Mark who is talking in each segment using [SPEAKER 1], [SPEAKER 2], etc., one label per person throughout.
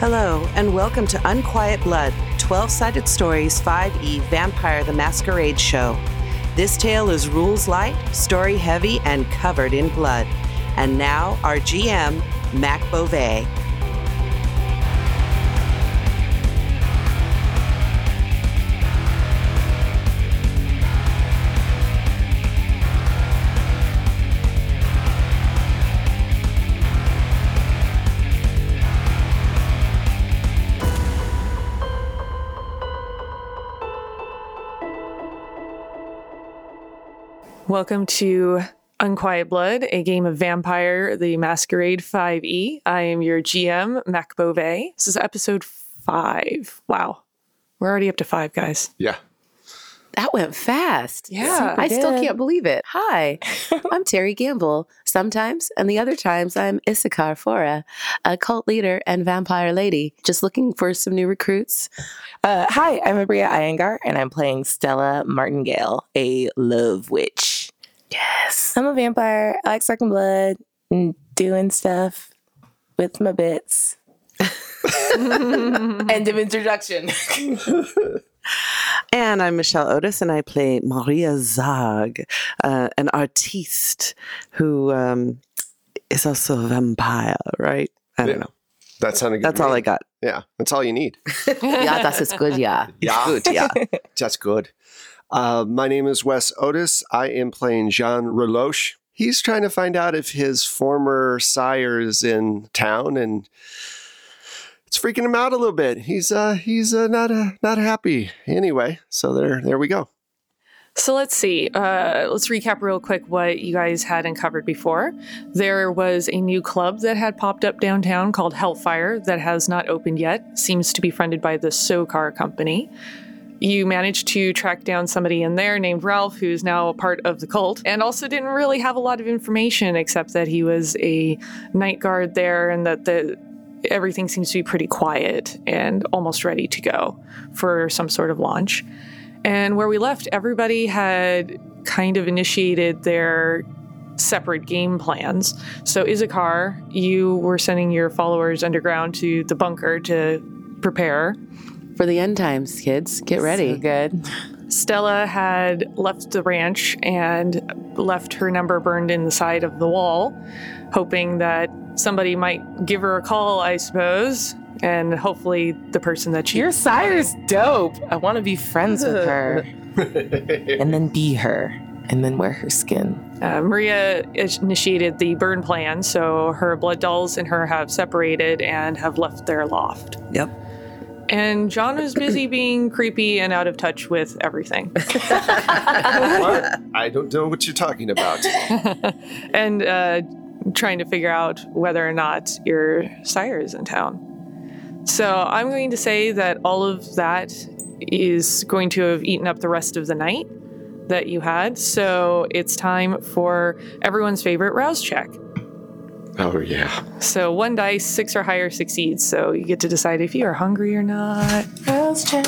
[SPEAKER 1] Hello, and welcome to Unquiet Blood 12 Sided Stories 5e Vampire the Masquerade Show. This tale is rules light, story heavy, and covered in blood. And now, our GM, Mac Beauvais.
[SPEAKER 2] Welcome to Unquiet Blood, a game of Vampire the Masquerade 5e. I am your GM, Mac Beauvais. This is episode five. Wow. We're already up to five, guys.
[SPEAKER 3] Yeah.
[SPEAKER 4] That went fast.
[SPEAKER 2] Yeah.
[SPEAKER 4] I still can't believe it. Hi, I'm Terry Gamble. Sometimes, and the other times, I'm Issachar Fora, a cult leader and vampire lady, just looking for some new recruits.
[SPEAKER 5] Uh, hi, I'm Abria Iyengar, and I'm playing Stella Martingale, a love witch. Yes. I'm a vampire. I like sucking blood and doing stuff with my bits. End of introduction.
[SPEAKER 1] And I'm Michelle Otis, and I play Maria Zag, uh, an artiste who um, is also a vampire, right? I don't
[SPEAKER 3] Yeah.
[SPEAKER 1] know.
[SPEAKER 3] That sounded good.
[SPEAKER 1] That's
[SPEAKER 3] to
[SPEAKER 1] all
[SPEAKER 3] me.
[SPEAKER 1] I got.
[SPEAKER 3] Yeah. That's all you need.
[SPEAKER 4] Yeah, that's as good. Yeah.
[SPEAKER 3] Yeah.
[SPEAKER 1] Good, yeah.
[SPEAKER 3] That's good. Uh, my name is Wes Otis. I am playing Jean Reloche. He's trying to find out if his former sire is in town and it's freaking him out a little bit. He's uh he's uh, not uh, not happy anyway. So there there we go.
[SPEAKER 2] So let's see. Uh, let's recap real quick what you guys had uncovered before. There was a new club that had popped up downtown called Hellfire that has not opened yet. Seems to be fronted by the SoCar company. You managed to track down somebody in there named Ralph, who's now a part of the cult, and also didn't really have a lot of information except that he was a night guard there and that the everything seems to be pretty quiet and almost ready to go for some sort of launch. And where we left, everybody had kind of initiated their separate game plans. So, Izakar, you were sending your followers underground to the bunker to prepare.
[SPEAKER 4] For the end times, kids, get ready.
[SPEAKER 5] good.
[SPEAKER 2] Stella had left the ranch and left her number burned in the side of the wall, hoping that somebody might give her a call, I suppose, and hopefully the person that she
[SPEAKER 5] Your sire's dope. I want to be friends with her, and then be her, and then wear her skin.
[SPEAKER 2] Uh, Maria is- initiated the burn plan, so her blood dolls and her have separated and have left their loft.
[SPEAKER 1] Yep.
[SPEAKER 2] And John is busy being creepy and out of touch with everything.
[SPEAKER 3] What? I don't know what you're talking about.
[SPEAKER 2] and uh, trying to figure out whether or not your sire is in town. So I'm going to say that all of that is going to have eaten up the rest of the night that you had. So it's time for everyone's favorite rouse check.
[SPEAKER 3] Oh yeah.
[SPEAKER 2] So one dice, six or higher succeeds. So you get to decide if you are hungry or not.
[SPEAKER 5] Girls check.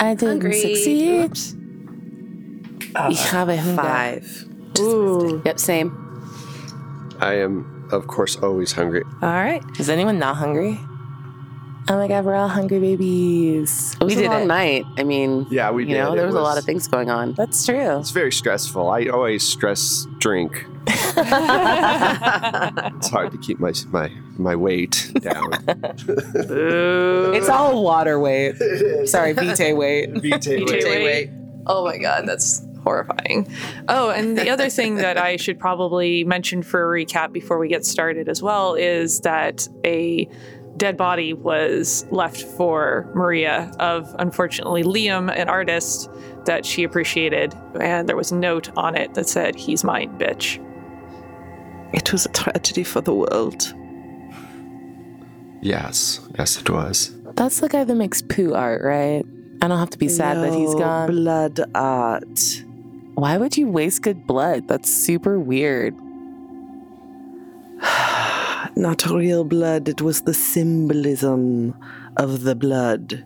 [SPEAKER 5] I didn't
[SPEAKER 4] Hungry.
[SPEAKER 5] succeed.
[SPEAKER 4] You have a hunger.
[SPEAKER 6] Five.
[SPEAKER 2] Ooh.
[SPEAKER 4] Yep, same.
[SPEAKER 3] I am of course always hungry.
[SPEAKER 2] All right.
[SPEAKER 5] Is anyone not hungry? Oh my god, we're all hungry babies.
[SPEAKER 4] It was
[SPEAKER 5] we
[SPEAKER 4] a
[SPEAKER 5] did
[SPEAKER 4] long
[SPEAKER 5] it.
[SPEAKER 4] night. I mean,
[SPEAKER 3] Yeah, we
[SPEAKER 4] you
[SPEAKER 3] did.
[SPEAKER 4] know, there
[SPEAKER 3] It
[SPEAKER 4] was, a lot of things going on.
[SPEAKER 5] That's true.
[SPEAKER 3] It's very stressful. I always stress drink. it's hard to keep my my my weight down.
[SPEAKER 5] It's all water weight. Sorry, vitae weight.
[SPEAKER 2] Wait,
[SPEAKER 6] Wait,
[SPEAKER 2] wait.
[SPEAKER 6] wait.
[SPEAKER 2] Oh my God, that's horrifying. Oh, and the other thing that I should probably mention for a recap before we get started as well is that a dead body was left for Maria of unfortunately Liam, an artist that she appreciated, and there was a note on it that said, "He's mine, bitch."
[SPEAKER 1] It was a tragedy for the world.
[SPEAKER 3] Yes, yes, it was.
[SPEAKER 5] That's the guy that makes poo art, right? I don't have to be sad that he's
[SPEAKER 1] No
[SPEAKER 5] gone.
[SPEAKER 1] Blood art.
[SPEAKER 5] Why would you waste good blood? That's super weird.
[SPEAKER 1] Not real blood, it was the symbolism of the blood.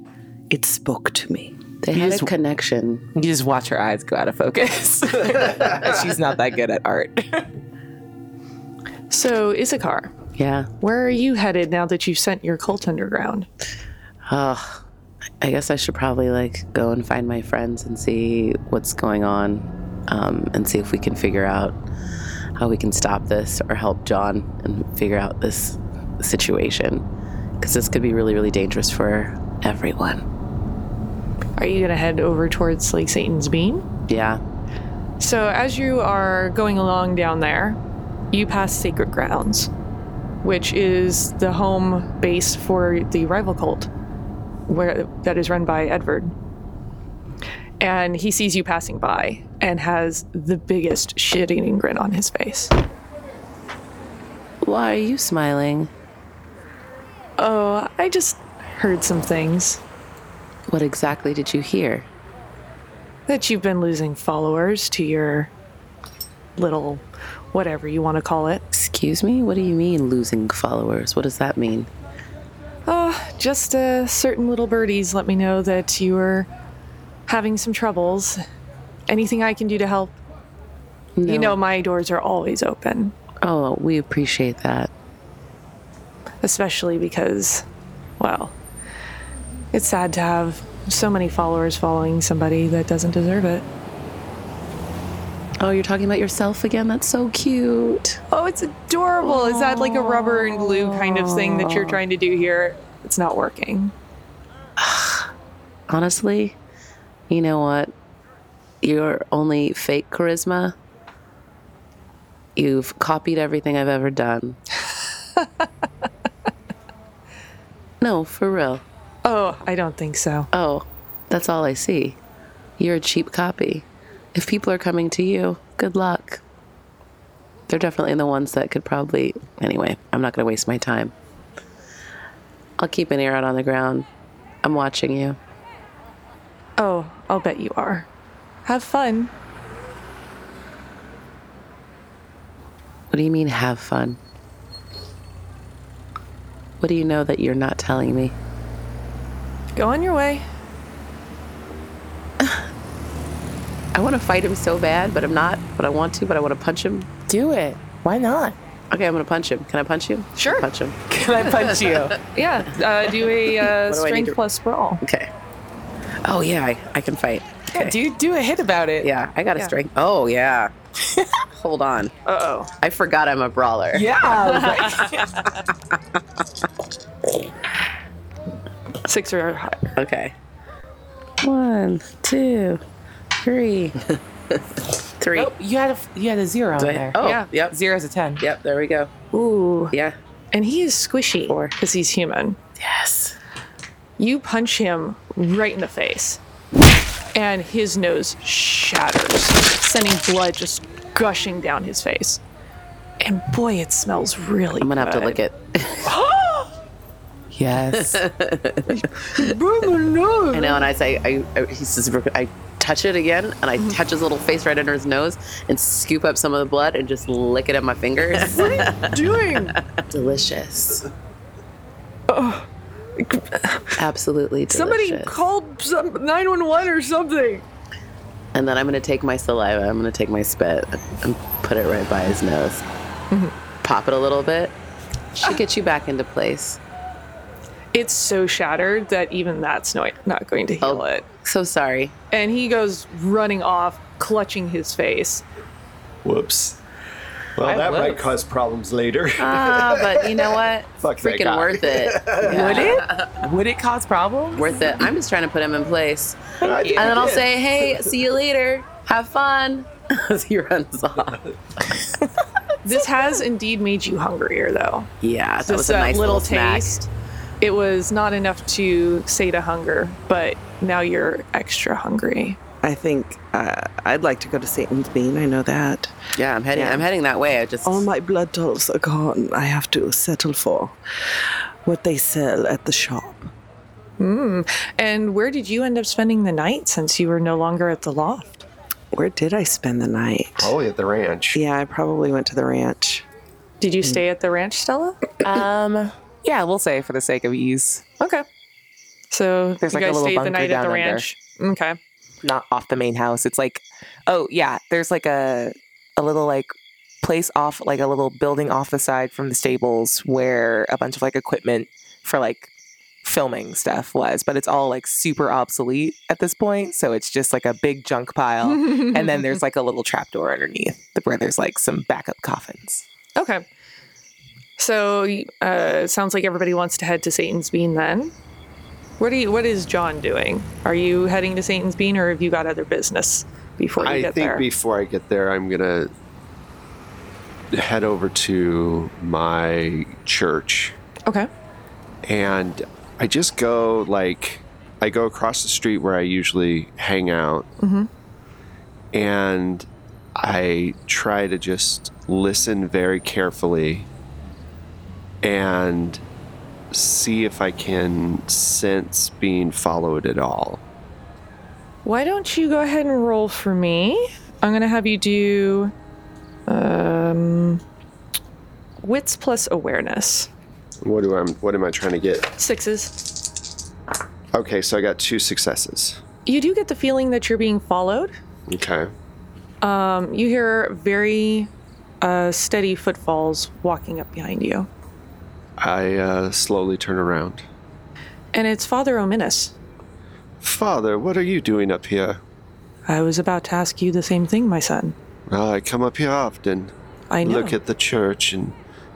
[SPEAKER 1] It spoke to me.
[SPEAKER 4] They had a connection.
[SPEAKER 5] You just watch her eyes go out of focus. She's not that good at art.
[SPEAKER 2] So Issachar,
[SPEAKER 4] Yeah.
[SPEAKER 2] Where are you headed now that you've sent your cult underground?
[SPEAKER 4] Oh, I guess I should probably like go and find my friends and see what's going on, um, and see if we can figure out how we can stop this or help John and figure out this situation because this could be really, really dangerous for everyone.
[SPEAKER 2] Are you going to head over towards like Satan's Beam?
[SPEAKER 4] Yeah.
[SPEAKER 2] So as you are going along down there, you pass Sacred Grounds, which is the home base for the rival cult where that is run by Edward. And he sees you passing by and has the biggest shit eating grin on his face.
[SPEAKER 4] Why are you smiling?
[SPEAKER 2] Oh, I just heard some things
[SPEAKER 4] What exactly did you hear?
[SPEAKER 2] that you've been losing followers to your little whatever you want to call it.
[SPEAKER 4] Excuse me? What do you mean losing followers? What does that mean?
[SPEAKER 2] Oh, just uh, certain little birdies let me know that you were having some troubles. Anything I can do to help? You know, my doors are always open,
[SPEAKER 4] Oh, we appreciate that.
[SPEAKER 2] especially because, well, it's sad to have so many followers following somebody that doesn't deserve it.
[SPEAKER 4] Oh, you're talking about yourself again? That's so cute.
[SPEAKER 2] Oh, it's adorable. Is that like a rubber and glue kind of thing that you're trying to do here? It's not working.
[SPEAKER 4] Honestly, you know what? You're only fake charisma. You've copied everything I've ever done. no, for real.
[SPEAKER 2] Oh, I don't think so.
[SPEAKER 4] Oh, that's all I see. You're a cheap copy. If people are coming to you, good luck. They're definitely the ones that could probably. Anyway, I'm not going to waste my time. I'll keep an ear out on the ground. I'm watching you.
[SPEAKER 2] Oh, I'll bet you are. Have fun.
[SPEAKER 4] What do you mean, have fun? What do you know that you're not telling me?
[SPEAKER 2] Go on your way.
[SPEAKER 4] I want to fight him so bad, but I'm not. But I want to, but I want to punch him.
[SPEAKER 5] Do it. Why not?
[SPEAKER 4] Okay, I'm going to punch him. Can I punch you?
[SPEAKER 2] Sure.
[SPEAKER 4] Punch him.
[SPEAKER 5] Can I punch you?
[SPEAKER 2] Yeah, uh, do a uh,
[SPEAKER 4] What do I need
[SPEAKER 2] strength
[SPEAKER 4] to-
[SPEAKER 2] plus brawl.
[SPEAKER 4] Okay. Oh, yeah, I, I can fight. Okay.
[SPEAKER 5] Do do a hit about it.
[SPEAKER 4] Yeah, I got a
[SPEAKER 2] Yeah.
[SPEAKER 4] strength. Oh yeah. Hold on.
[SPEAKER 2] Uh
[SPEAKER 4] I forgot I'm a brawler.
[SPEAKER 5] Yeah. I was like-
[SPEAKER 2] oh. Six or higher.
[SPEAKER 4] Okay. One, two, three. three.
[SPEAKER 5] Nope, you had a you had a zero
[SPEAKER 4] Do
[SPEAKER 5] on
[SPEAKER 4] I-
[SPEAKER 5] there.
[SPEAKER 4] oh,
[SPEAKER 2] Yeah.
[SPEAKER 4] yep.
[SPEAKER 5] Zero's a ten.
[SPEAKER 4] Yep, there we go.
[SPEAKER 2] Ooh.
[SPEAKER 4] Yeah.
[SPEAKER 2] And he is squishy because he's human.
[SPEAKER 5] Yes.
[SPEAKER 2] You punch him right in the face, and his nose shatters, sending blood just gushing down his face. And boy, it smells really
[SPEAKER 4] I'm gonna have to lick it.
[SPEAKER 5] Yes.
[SPEAKER 4] I know, and I say I, I he says I touch it again and I touch his little face right under his nose and scoop up some of the blood and just lick it in my fingers.
[SPEAKER 2] Doing.
[SPEAKER 4] Oh, delicious. Oh. Absolutely delicious.
[SPEAKER 2] called some 911 or something.
[SPEAKER 4] And then I'm going to take my saliva, I'm going to take my spit and put it right by his nose. Mm-hmm. Pop it a little bit. Should get you back into place.
[SPEAKER 2] It's so shattered that even that's no, not going to
[SPEAKER 5] Oh.
[SPEAKER 2] heal it.
[SPEAKER 4] so sorry.
[SPEAKER 2] And he goes running off, clutching his face.
[SPEAKER 3] Whoops. Well,
[SPEAKER 5] I
[SPEAKER 3] that
[SPEAKER 5] will.
[SPEAKER 3] might cause problems later.
[SPEAKER 4] Ah, but you know what?
[SPEAKER 3] Fuck that
[SPEAKER 4] Freaking
[SPEAKER 3] guy.
[SPEAKER 4] worth it. Yeah.
[SPEAKER 5] Would it? Would it cause problems?
[SPEAKER 4] Worth it. I'm just trying to put him in place.
[SPEAKER 3] I
[SPEAKER 4] And
[SPEAKER 3] think
[SPEAKER 4] then
[SPEAKER 3] I
[SPEAKER 4] I'll
[SPEAKER 3] did.
[SPEAKER 4] say, hey, see you later. Have fun. As he runs off.
[SPEAKER 2] This has indeed made you hungrier, though.
[SPEAKER 4] Yeah, that
[SPEAKER 2] Just
[SPEAKER 4] was a
[SPEAKER 2] that
[SPEAKER 4] nice
[SPEAKER 2] little
[SPEAKER 4] little, snack.
[SPEAKER 2] taste. It was not enough to sate a hunger, but now you're extra hungry.
[SPEAKER 1] I think uh, I'd like to go to Satan's Bean. I know that.
[SPEAKER 4] Yeah, I'm heading.
[SPEAKER 1] Yeah.
[SPEAKER 4] I'm heading that way. I just.
[SPEAKER 1] All
[SPEAKER 5] Um,
[SPEAKER 1] my blood tolls are gone. I have to settle for what they sell at the shop.
[SPEAKER 2] And where did you end up spending the night since you were no longer at the loft?
[SPEAKER 1] Where did I spend the night?
[SPEAKER 3] Probably Oh, at the ranch.
[SPEAKER 1] Yeah, I probably went to the ranch.
[SPEAKER 2] Did you
[SPEAKER 5] Mm.
[SPEAKER 2] stay at the ranch, Stella?
[SPEAKER 5] Um. Yeah, we'll say for the sake of ease,
[SPEAKER 2] Okay. So
[SPEAKER 5] There's
[SPEAKER 2] you
[SPEAKER 5] like a
[SPEAKER 2] guys
[SPEAKER 5] little
[SPEAKER 2] stayed the
[SPEAKER 5] bunker
[SPEAKER 2] night at
[SPEAKER 5] down
[SPEAKER 2] the
[SPEAKER 5] under.
[SPEAKER 2] ranch. Okay.
[SPEAKER 5] not off the main house. It's like, oh yeah, there's like a a little like place off like a little building off the side from the stables where a bunch of like equipment for like filming stuff was, but it's all like super obsolete at this point. So it's just like a big junk pile. and then there's like a little trapdoor underneath where there's like some backup coffins.
[SPEAKER 2] Okay. So uh, sounds like everybody wants to head to Satan's Bean then. What do you, what is John doing? Are you heading to Satan's Bean or have you got other business before you
[SPEAKER 3] I
[SPEAKER 2] get
[SPEAKER 3] think
[SPEAKER 2] there?
[SPEAKER 3] before I get there, I'm gonna head over to my church,
[SPEAKER 2] okay.
[SPEAKER 3] and I just go like I go across the street where I usually hang out, and I try to just listen very carefully and see if I can sense being followed at all.
[SPEAKER 2] Why don't you go ahead and roll for me? I'm going to have you do um, wits plus awareness.
[SPEAKER 3] What do I? What am I trying to get?
[SPEAKER 2] Sixes.
[SPEAKER 3] Okay, so I got two successes.
[SPEAKER 2] You do get the feeling that you're being followed.
[SPEAKER 3] Okay.
[SPEAKER 2] Um, you hear very uh, steady footfalls walking up behind you.
[SPEAKER 3] I uh, slowly turn around.
[SPEAKER 2] And it's Father Ominous.
[SPEAKER 3] Father, what are you doing up here?
[SPEAKER 2] I was about to ask you the same thing, my son.
[SPEAKER 3] "Well, Uh, I come up here often,
[SPEAKER 2] I know.
[SPEAKER 3] look at the church, and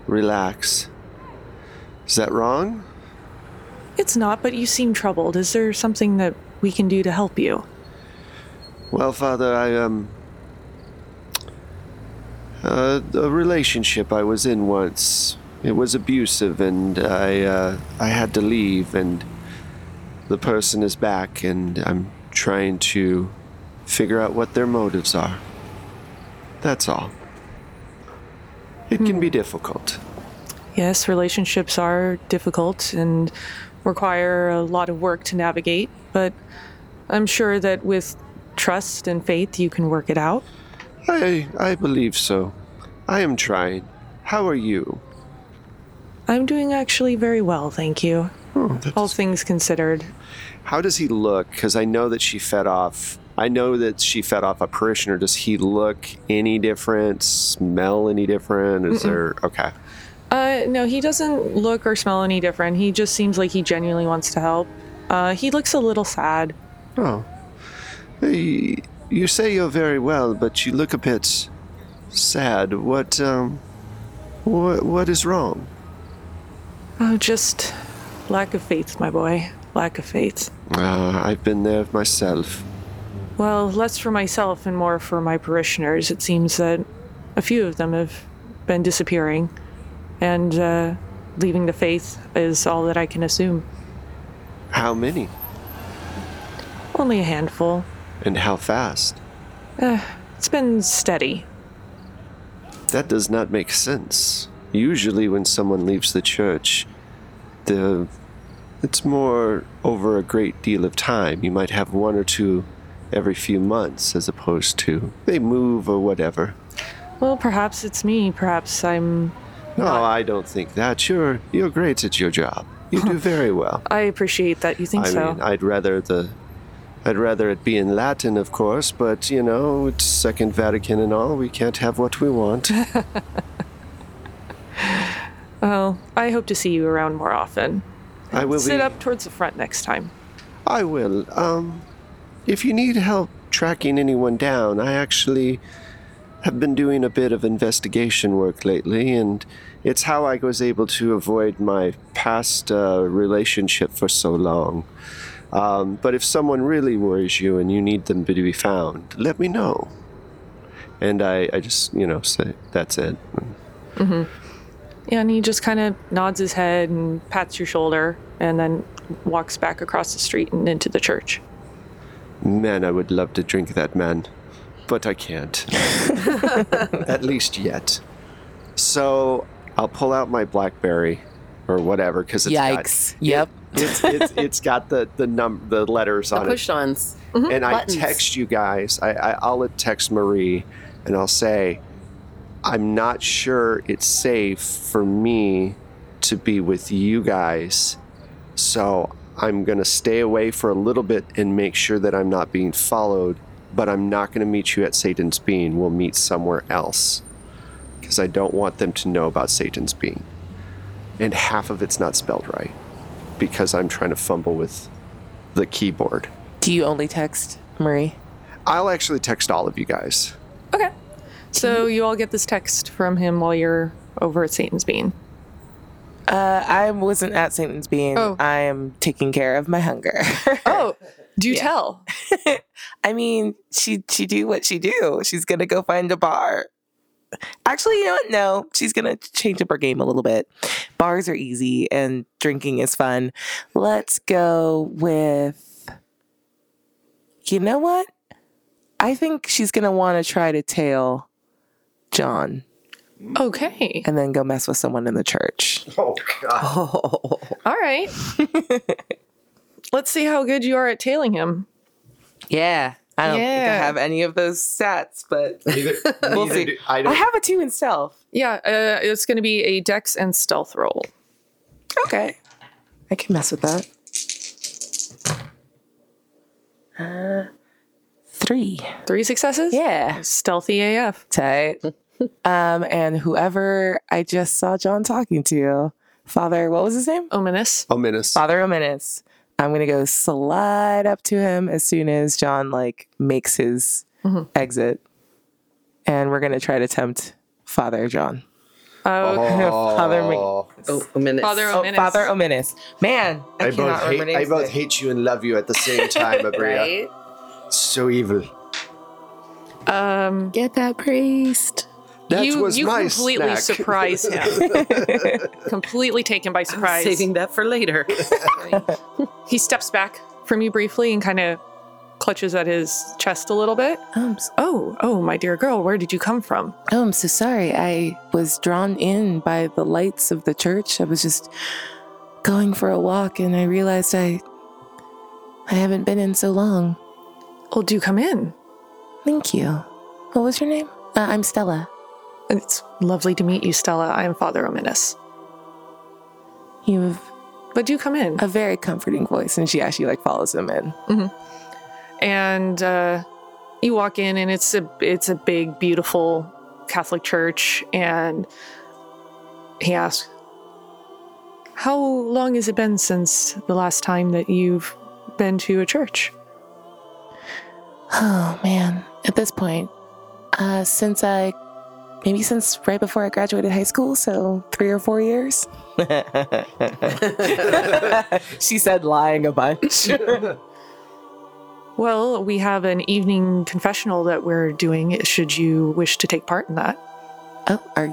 [SPEAKER 3] relax. Is that wrong?
[SPEAKER 2] It's not, but you seem troubled. Is there something that we can do to help you?
[SPEAKER 3] Well, Father, I, um. Uh, a relationship I was in once. It was abusive, and I, uh, I had to leave, and the person is back, and I'm trying to figure out what their motives are. That's all. It can
[SPEAKER 2] Hmm.
[SPEAKER 3] be difficult.
[SPEAKER 2] Yes, relationships are difficult and require a lot of work to navigate, but I'm sure that with trust and faith, you can work it out.
[SPEAKER 3] I, I believe so. I am trying. How are you?
[SPEAKER 2] I'm doing actually very well, thank you.
[SPEAKER 3] Oh, that
[SPEAKER 2] All things considered,
[SPEAKER 3] How does he look? Because I know that she fed off. I know that she fed off a parishioner. Does he look any different? Smell any different? Is there okay?
[SPEAKER 2] Uh, no, he doesn't look or smell any different. He just seems like he genuinely wants to help. Uh, he looks a little sad.
[SPEAKER 3] Oh, Hey, you say you're very well, but you look a bit sad. What um, what what is wrong?
[SPEAKER 2] Oh, just lack of faith, my boy. Lack of faith.
[SPEAKER 3] Uh, I've been there myself.
[SPEAKER 2] Well, less for myself and more for my parishioners. It seems that a few of them have been disappearing, and uh, leaving the faith is all that I can assume.
[SPEAKER 3] How many
[SPEAKER 2] Only a handful.
[SPEAKER 3] and how fast?
[SPEAKER 2] It's been steady.
[SPEAKER 3] That does not make sense. Usually, when someone leaves the church, the it's more over a great deal of time. You might have one or two every few months, as opposed to they move or whatever.
[SPEAKER 2] Well, perhaps it's me. Perhaps I'm
[SPEAKER 3] No, I don't think that. You're you're great at your job. You do very well.
[SPEAKER 2] I appreciate that you think
[SPEAKER 3] I
[SPEAKER 2] so.
[SPEAKER 3] mean, I'd rather the. I'd rather it be in Latin, of course, but you know, it's Second Vatican and all. We can't have what we want.
[SPEAKER 2] Well, I hope to see you around more often.
[SPEAKER 3] I will
[SPEAKER 2] Sit
[SPEAKER 3] be,
[SPEAKER 2] up towards the front next time.
[SPEAKER 3] I will. Um, if you need help tracking anyone down, I actually have been doing a bit of investigation work lately, and it's how I was able to avoid my past uh, relationship for so long. Um, but if someone really worries you and you need them to be found, let me know. And I, I just, you know, say, that's it.
[SPEAKER 2] Yeah, and he just kind of nods his head and pats your shoulder and then walks back across the street and into the church.
[SPEAKER 3] Man, I would love to drink that man, but I can't. At least yet. So I'll pull out my BlackBerry or whatever because it's
[SPEAKER 4] Yikes. Yep.
[SPEAKER 3] got it's, it's, it's got the the num the letters
[SPEAKER 4] The
[SPEAKER 3] on
[SPEAKER 4] push ons.
[SPEAKER 3] it, and
[SPEAKER 4] buttons.
[SPEAKER 3] I text you guys. I, I I'll text Marie, and I'll say, I'm not sure it's safe for me to be with you guys, so I'm gonna stay away for a little bit and make sure that I'm not being followed. But I'm not gonna meet you at Satan's Bean. We'll meet somewhere else. because I don't want them to know about Satan's being. And half of it's not spelled right because I'm trying to fumble with the keyboard.
[SPEAKER 5] Do you only text Marie?
[SPEAKER 3] I'll actually text all of you guys.
[SPEAKER 2] Okay. So
[SPEAKER 5] Mm-hmm.
[SPEAKER 2] you all get this text from him while you're over at Satan's Bean.
[SPEAKER 5] Uh, I wasn't at Satan's Bean.
[SPEAKER 2] Oh.
[SPEAKER 5] I am taking care of my hunger.
[SPEAKER 2] Oh, do tell.
[SPEAKER 5] I mean, she she do what she do. She's gonna go find a bar. Actually, you know what? No, she's gonna change up her game a little bit. Bars are easy and drinking is fun. Let's go with. You know what? I think she's gonna want to try to tail John
[SPEAKER 2] Okay.
[SPEAKER 5] and then go mess with someone in the church.
[SPEAKER 3] Oh, God.
[SPEAKER 2] All right. Let's see how good you are at tailing him.
[SPEAKER 5] Yeah. I don't think I
[SPEAKER 2] Yeah.
[SPEAKER 5] have any of those stats, but
[SPEAKER 3] Neither,
[SPEAKER 5] We'll
[SPEAKER 3] neither
[SPEAKER 5] see.
[SPEAKER 3] do-
[SPEAKER 5] I have a two in stealth.
[SPEAKER 2] Yeah, uh, it's going to be a dex and stealth roll.
[SPEAKER 5] Okay. I can mess with that. Uh, three.
[SPEAKER 2] Three successes?
[SPEAKER 5] Yeah.
[SPEAKER 2] Stealthy AF.
[SPEAKER 5] Tight. um, and whoever I just saw John talking to, Father, what was his name?
[SPEAKER 2] Ominous.
[SPEAKER 3] Ominous.
[SPEAKER 5] Father Ominous. I'm gonna go slide up to him as soon as John like makes his exit, and we're gonna try to tempt Father John.
[SPEAKER 2] Oh,
[SPEAKER 5] Father Mc-
[SPEAKER 1] Oh, a minute.
[SPEAKER 2] Father
[SPEAKER 5] Oh,
[SPEAKER 2] Ominous.
[SPEAKER 5] Father Ominous. Man, I,
[SPEAKER 3] I
[SPEAKER 5] cannot
[SPEAKER 3] both,
[SPEAKER 5] remember
[SPEAKER 3] hate, I
[SPEAKER 5] names
[SPEAKER 3] both
[SPEAKER 5] today.
[SPEAKER 3] hate you and love you at the same time, Abria.
[SPEAKER 1] Right?
[SPEAKER 3] So evil.
[SPEAKER 2] um,
[SPEAKER 4] Get that priest.
[SPEAKER 3] That
[SPEAKER 2] you
[SPEAKER 3] was
[SPEAKER 2] you
[SPEAKER 3] my
[SPEAKER 2] completely
[SPEAKER 3] snack.
[SPEAKER 2] surprise him. completely taken by surprise.
[SPEAKER 1] Saving that for later.
[SPEAKER 2] He steps back from you briefly and kind of clutches at his chest a little bit.
[SPEAKER 5] Oh, I'm so,
[SPEAKER 2] Oh, oh, my dear girl, where did you come from?
[SPEAKER 5] oh, I'm so sorry. I was drawn in by the lights of the church. I was just going for a walk, and I realized I I haven't been in so long.
[SPEAKER 2] Oh, do come in.
[SPEAKER 5] Thank you. What was your name? Uh, I'm Stella.
[SPEAKER 2] It's lovely to meet you, Stella. I am Father Ominous.
[SPEAKER 5] You have
[SPEAKER 2] But do come in.
[SPEAKER 5] a very comforting voice, and she actually like follows him in.
[SPEAKER 2] and uh, you walk in and it's a it's a big beautiful catholic church and he asks how long has it been since the last time that you've been to a church
[SPEAKER 5] Oh man, at this point, uh, since I maybe since right before I graduated high school, so three or four years. she said lying a bunch.
[SPEAKER 2] well we have an evening confessional that we're doing should you wish to take part in that
[SPEAKER 5] oh, are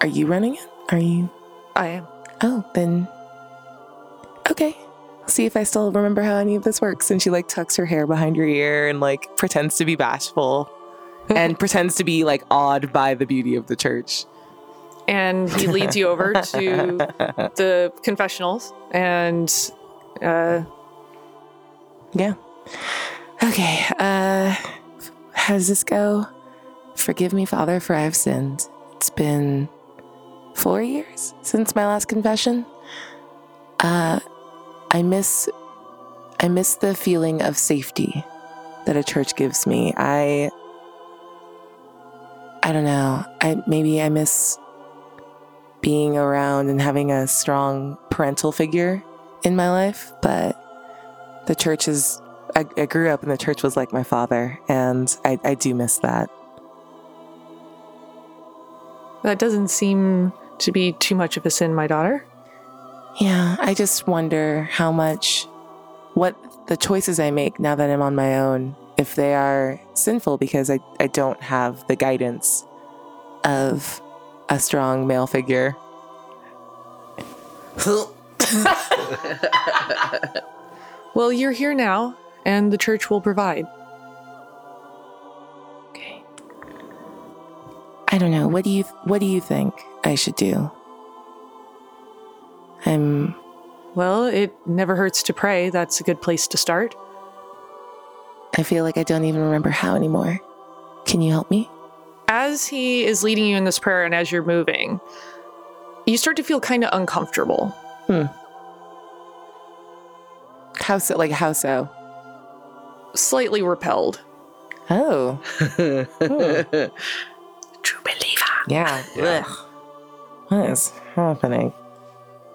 [SPEAKER 5] are you running it? Are you?
[SPEAKER 2] i am
[SPEAKER 5] Oh, then okay. See if I still remember how any of this works. And she like tucks her hair behind her ear and like pretends to be bashful, and pretends to be like awed by the beauty of the church.
[SPEAKER 2] and he leads you over to the confessionals and uh,
[SPEAKER 5] Yeah. Okay. Uh, how does this go? Forgive me, Father, for I've sinned. It's been four years since my last confession. Uh, I miss, I miss the feeling of safety that a church gives me. I, I don't know. I maybe I miss being around and having a strong parental figure in my life, but the church is I, I grew up and the church was like my father and I, I do miss that
[SPEAKER 2] that doesn't seem to be too much of a sin my daughter
[SPEAKER 5] yeah i just wonder how much what the choices i make now that i'm on my own if they are sinful because i, I don't have the guidance of a strong male figure
[SPEAKER 2] Well, you're here now, and the church will provide.
[SPEAKER 5] okay i don't know what do you what do you think i should do i'm
[SPEAKER 2] Well, it never hurts to pray. That's a good place to start.
[SPEAKER 5] i feel like i don't even remember how anymore can you help me
[SPEAKER 2] As he is leading you in this prayer and as you're moving, you start to feel kind of uncomfortable.
[SPEAKER 5] How so? Like how so?
[SPEAKER 2] Slightly repelled.
[SPEAKER 5] Oh,
[SPEAKER 1] True believer.
[SPEAKER 5] Yeah.
[SPEAKER 3] Yeah.
[SPEAKER 5] Ugh. What is happening?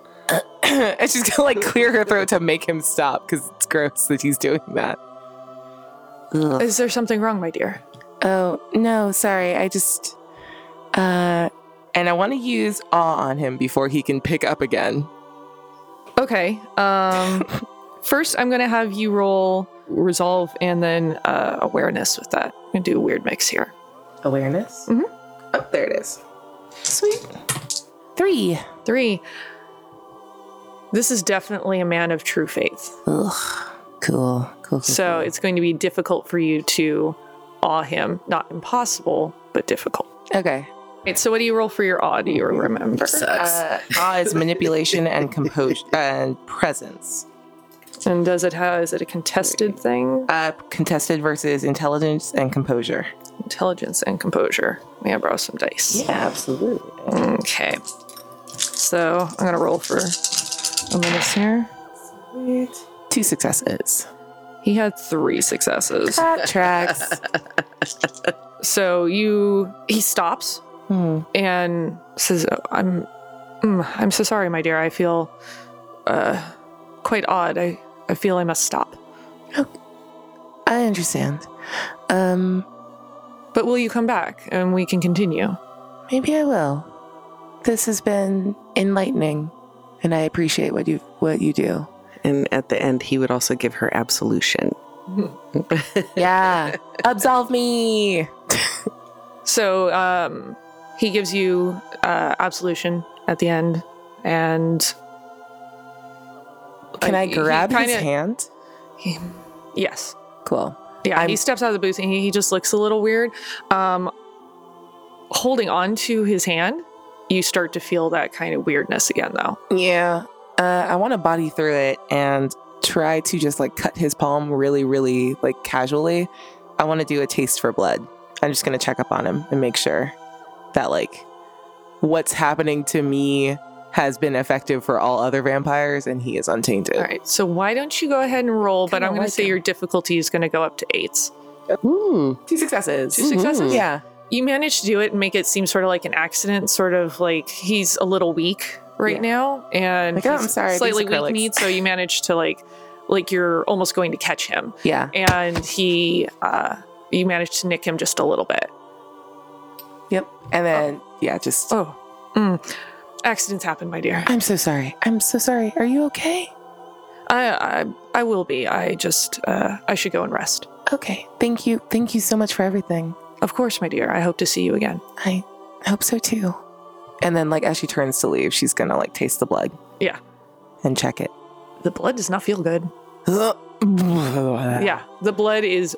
[SPEAKER 5] and she's gonna like clear her throat to make him stop because it's gross that he's doing that.
[SPEAKER 2] Is there something wrong, my dear?
[SPEAKER 5] Oh no, sorry. I just uh and I want to use awe on him before he can pick up again.
[SPEAKER 2] Okay. Um, first, I'm going to have you roll resolve and then uh, awareness with that. I'm going to do a weird mix here.
[SPEAKER 5] Awareness.
[SPEAKER 2] Mhm.
[SPEAKER 5] Oh, there it is. Sweet. Three.
[SPEAKER 2] Three. This is definitely a man of true faith.
[SPEAKER 5] Ugh. Cool. Cool.
[SPEAKER 2] So it's going to be difficult for you to awe him. Not impossible, but difficult.
[SPEAKER 5] Okay.
[SPEAKER 2] Right, so what do you roll for your awe? Do you remember?
[SPEAKER 5] Uh, awe is manipulation and compos and presence.
[SPEAKER 2] And does it have? Is it a contested thing?
[SPEAKER 5] Uh, contested versus intelligence and composure.
[SPEAKER 2] Intelligence and composure. May I borrow some dice?
[SPEAKER 5] absolutely.
[SPEAKER 2] Okay. So I'm gonna roll for a minus here.
[SPEAKER 5] Two successes.
[SPEAKER 2] He had three successes.
[SPEAKER 5] That tracks.
[SPEAKER 2] So you, he stops
[SPEAKER 5] Hmm.
[SPEAKER 2] and says, "Oh, "I'm, mm, I'm so sorry, my dear. I feel, uh, quite odd. I, I feel I must stop.
[SPEAKER 5] I understand. Um,
[SPEAKER 2] But will you come back and we can continue?
[SPEAKER 5] maybe I will. This has been enlightening, and I appreciate what you what you do.
[SPEAKER 1] And at the end, he would also give her absolution.
[SPEAKER 5] Yeah, absolve me.
[SPEAKER 2] So um, he gives you uh, absolution at the end, and
[SPEAKER 5] Can I
[SPEAKER 2] he- he
[SPEAKER 5] grab his
[SPEAKER 2] kinda-
[SPEAKER 5] hand?
[SPEAKER 2] he, yes,
[SPEAKER 5] Cool.
[SPEAKER 2] Yeah,
[SPEAKER 5] I'm-
[SPEAKER 2] he steps out of the booth and he, he just looks a little weird. Um, holding on to his hand, you start to feel that kind of weirdness again, though.
[SPEAKER 5] Yeah. Uh, I want to body through it and try to just like cut his palm really, really like casually. I want to do a taste for blood. I'm just going to check up on him and make sure that like what's happening to me has been effective for all other vampires and he is untainted.
[SPEAKER 2] All right, so why don't you go ahead and roll? But
[SPEAKER 5] Kinda
[SPEAKER 2] I'm going
[SPEAKER 5] like
[SPEAKER 2] to say
[SPEAKER 5] him.
[SPEAKER 2] your difficulty is going to go up to eights.
[SPEAKER 4] Ooh.
[SPEAKER 5] Two successes.
[SPEAKER 2] 2 successes.
[SPEAKER 5] Yeah.
[SPEAKER 2] you manage to do it and make it seem sort of like an accident, sort of like he's a little weak right
[SPEAKER 5] Yeah.
[SPEAKER 2] now, and
[SPEAKER 5] Like, oh,
[SPEAKER 2] he's
[SPEAKER 5] I'm sorry, these
[SPEAKER 2] slightly
[SPEAKER 5] acrylics.
[SPEAKER 2] weak kneed. So you manage to like, like you're almost going to catch him,
[SPEAKER 5] Yeah.
[SPEAKER 2] and he, uh, you manage to nick him just a little bit.
[SPEAKER 5] Yep. And then, yeah, just.
[SPEAKER 2] Oh, mm. accidents happen, my dear.
[SPEAKER 5] I'm so sorry. I'm so sorry. Are you okay?
[SPEAKER 2] I, I, I will be. I just, uh, I should go and rest.
[SPEAKER 5] Okay. Thank you. Thank you so much for everything.
[SPEAKER 2] Of course, my dear. I hope to see you again.
[SPEAKER 5] I hope so too. And then, like, as she turns to leave, she's gonna like taste the blood.
[SPEAKER 2] Yeah.
[SPEAKER 5] And check it.
[SPEAKER 2] The blood does not feel good.
[SPEAKER 5] yeah.
[SPEAKER 2] Yeah, the blood is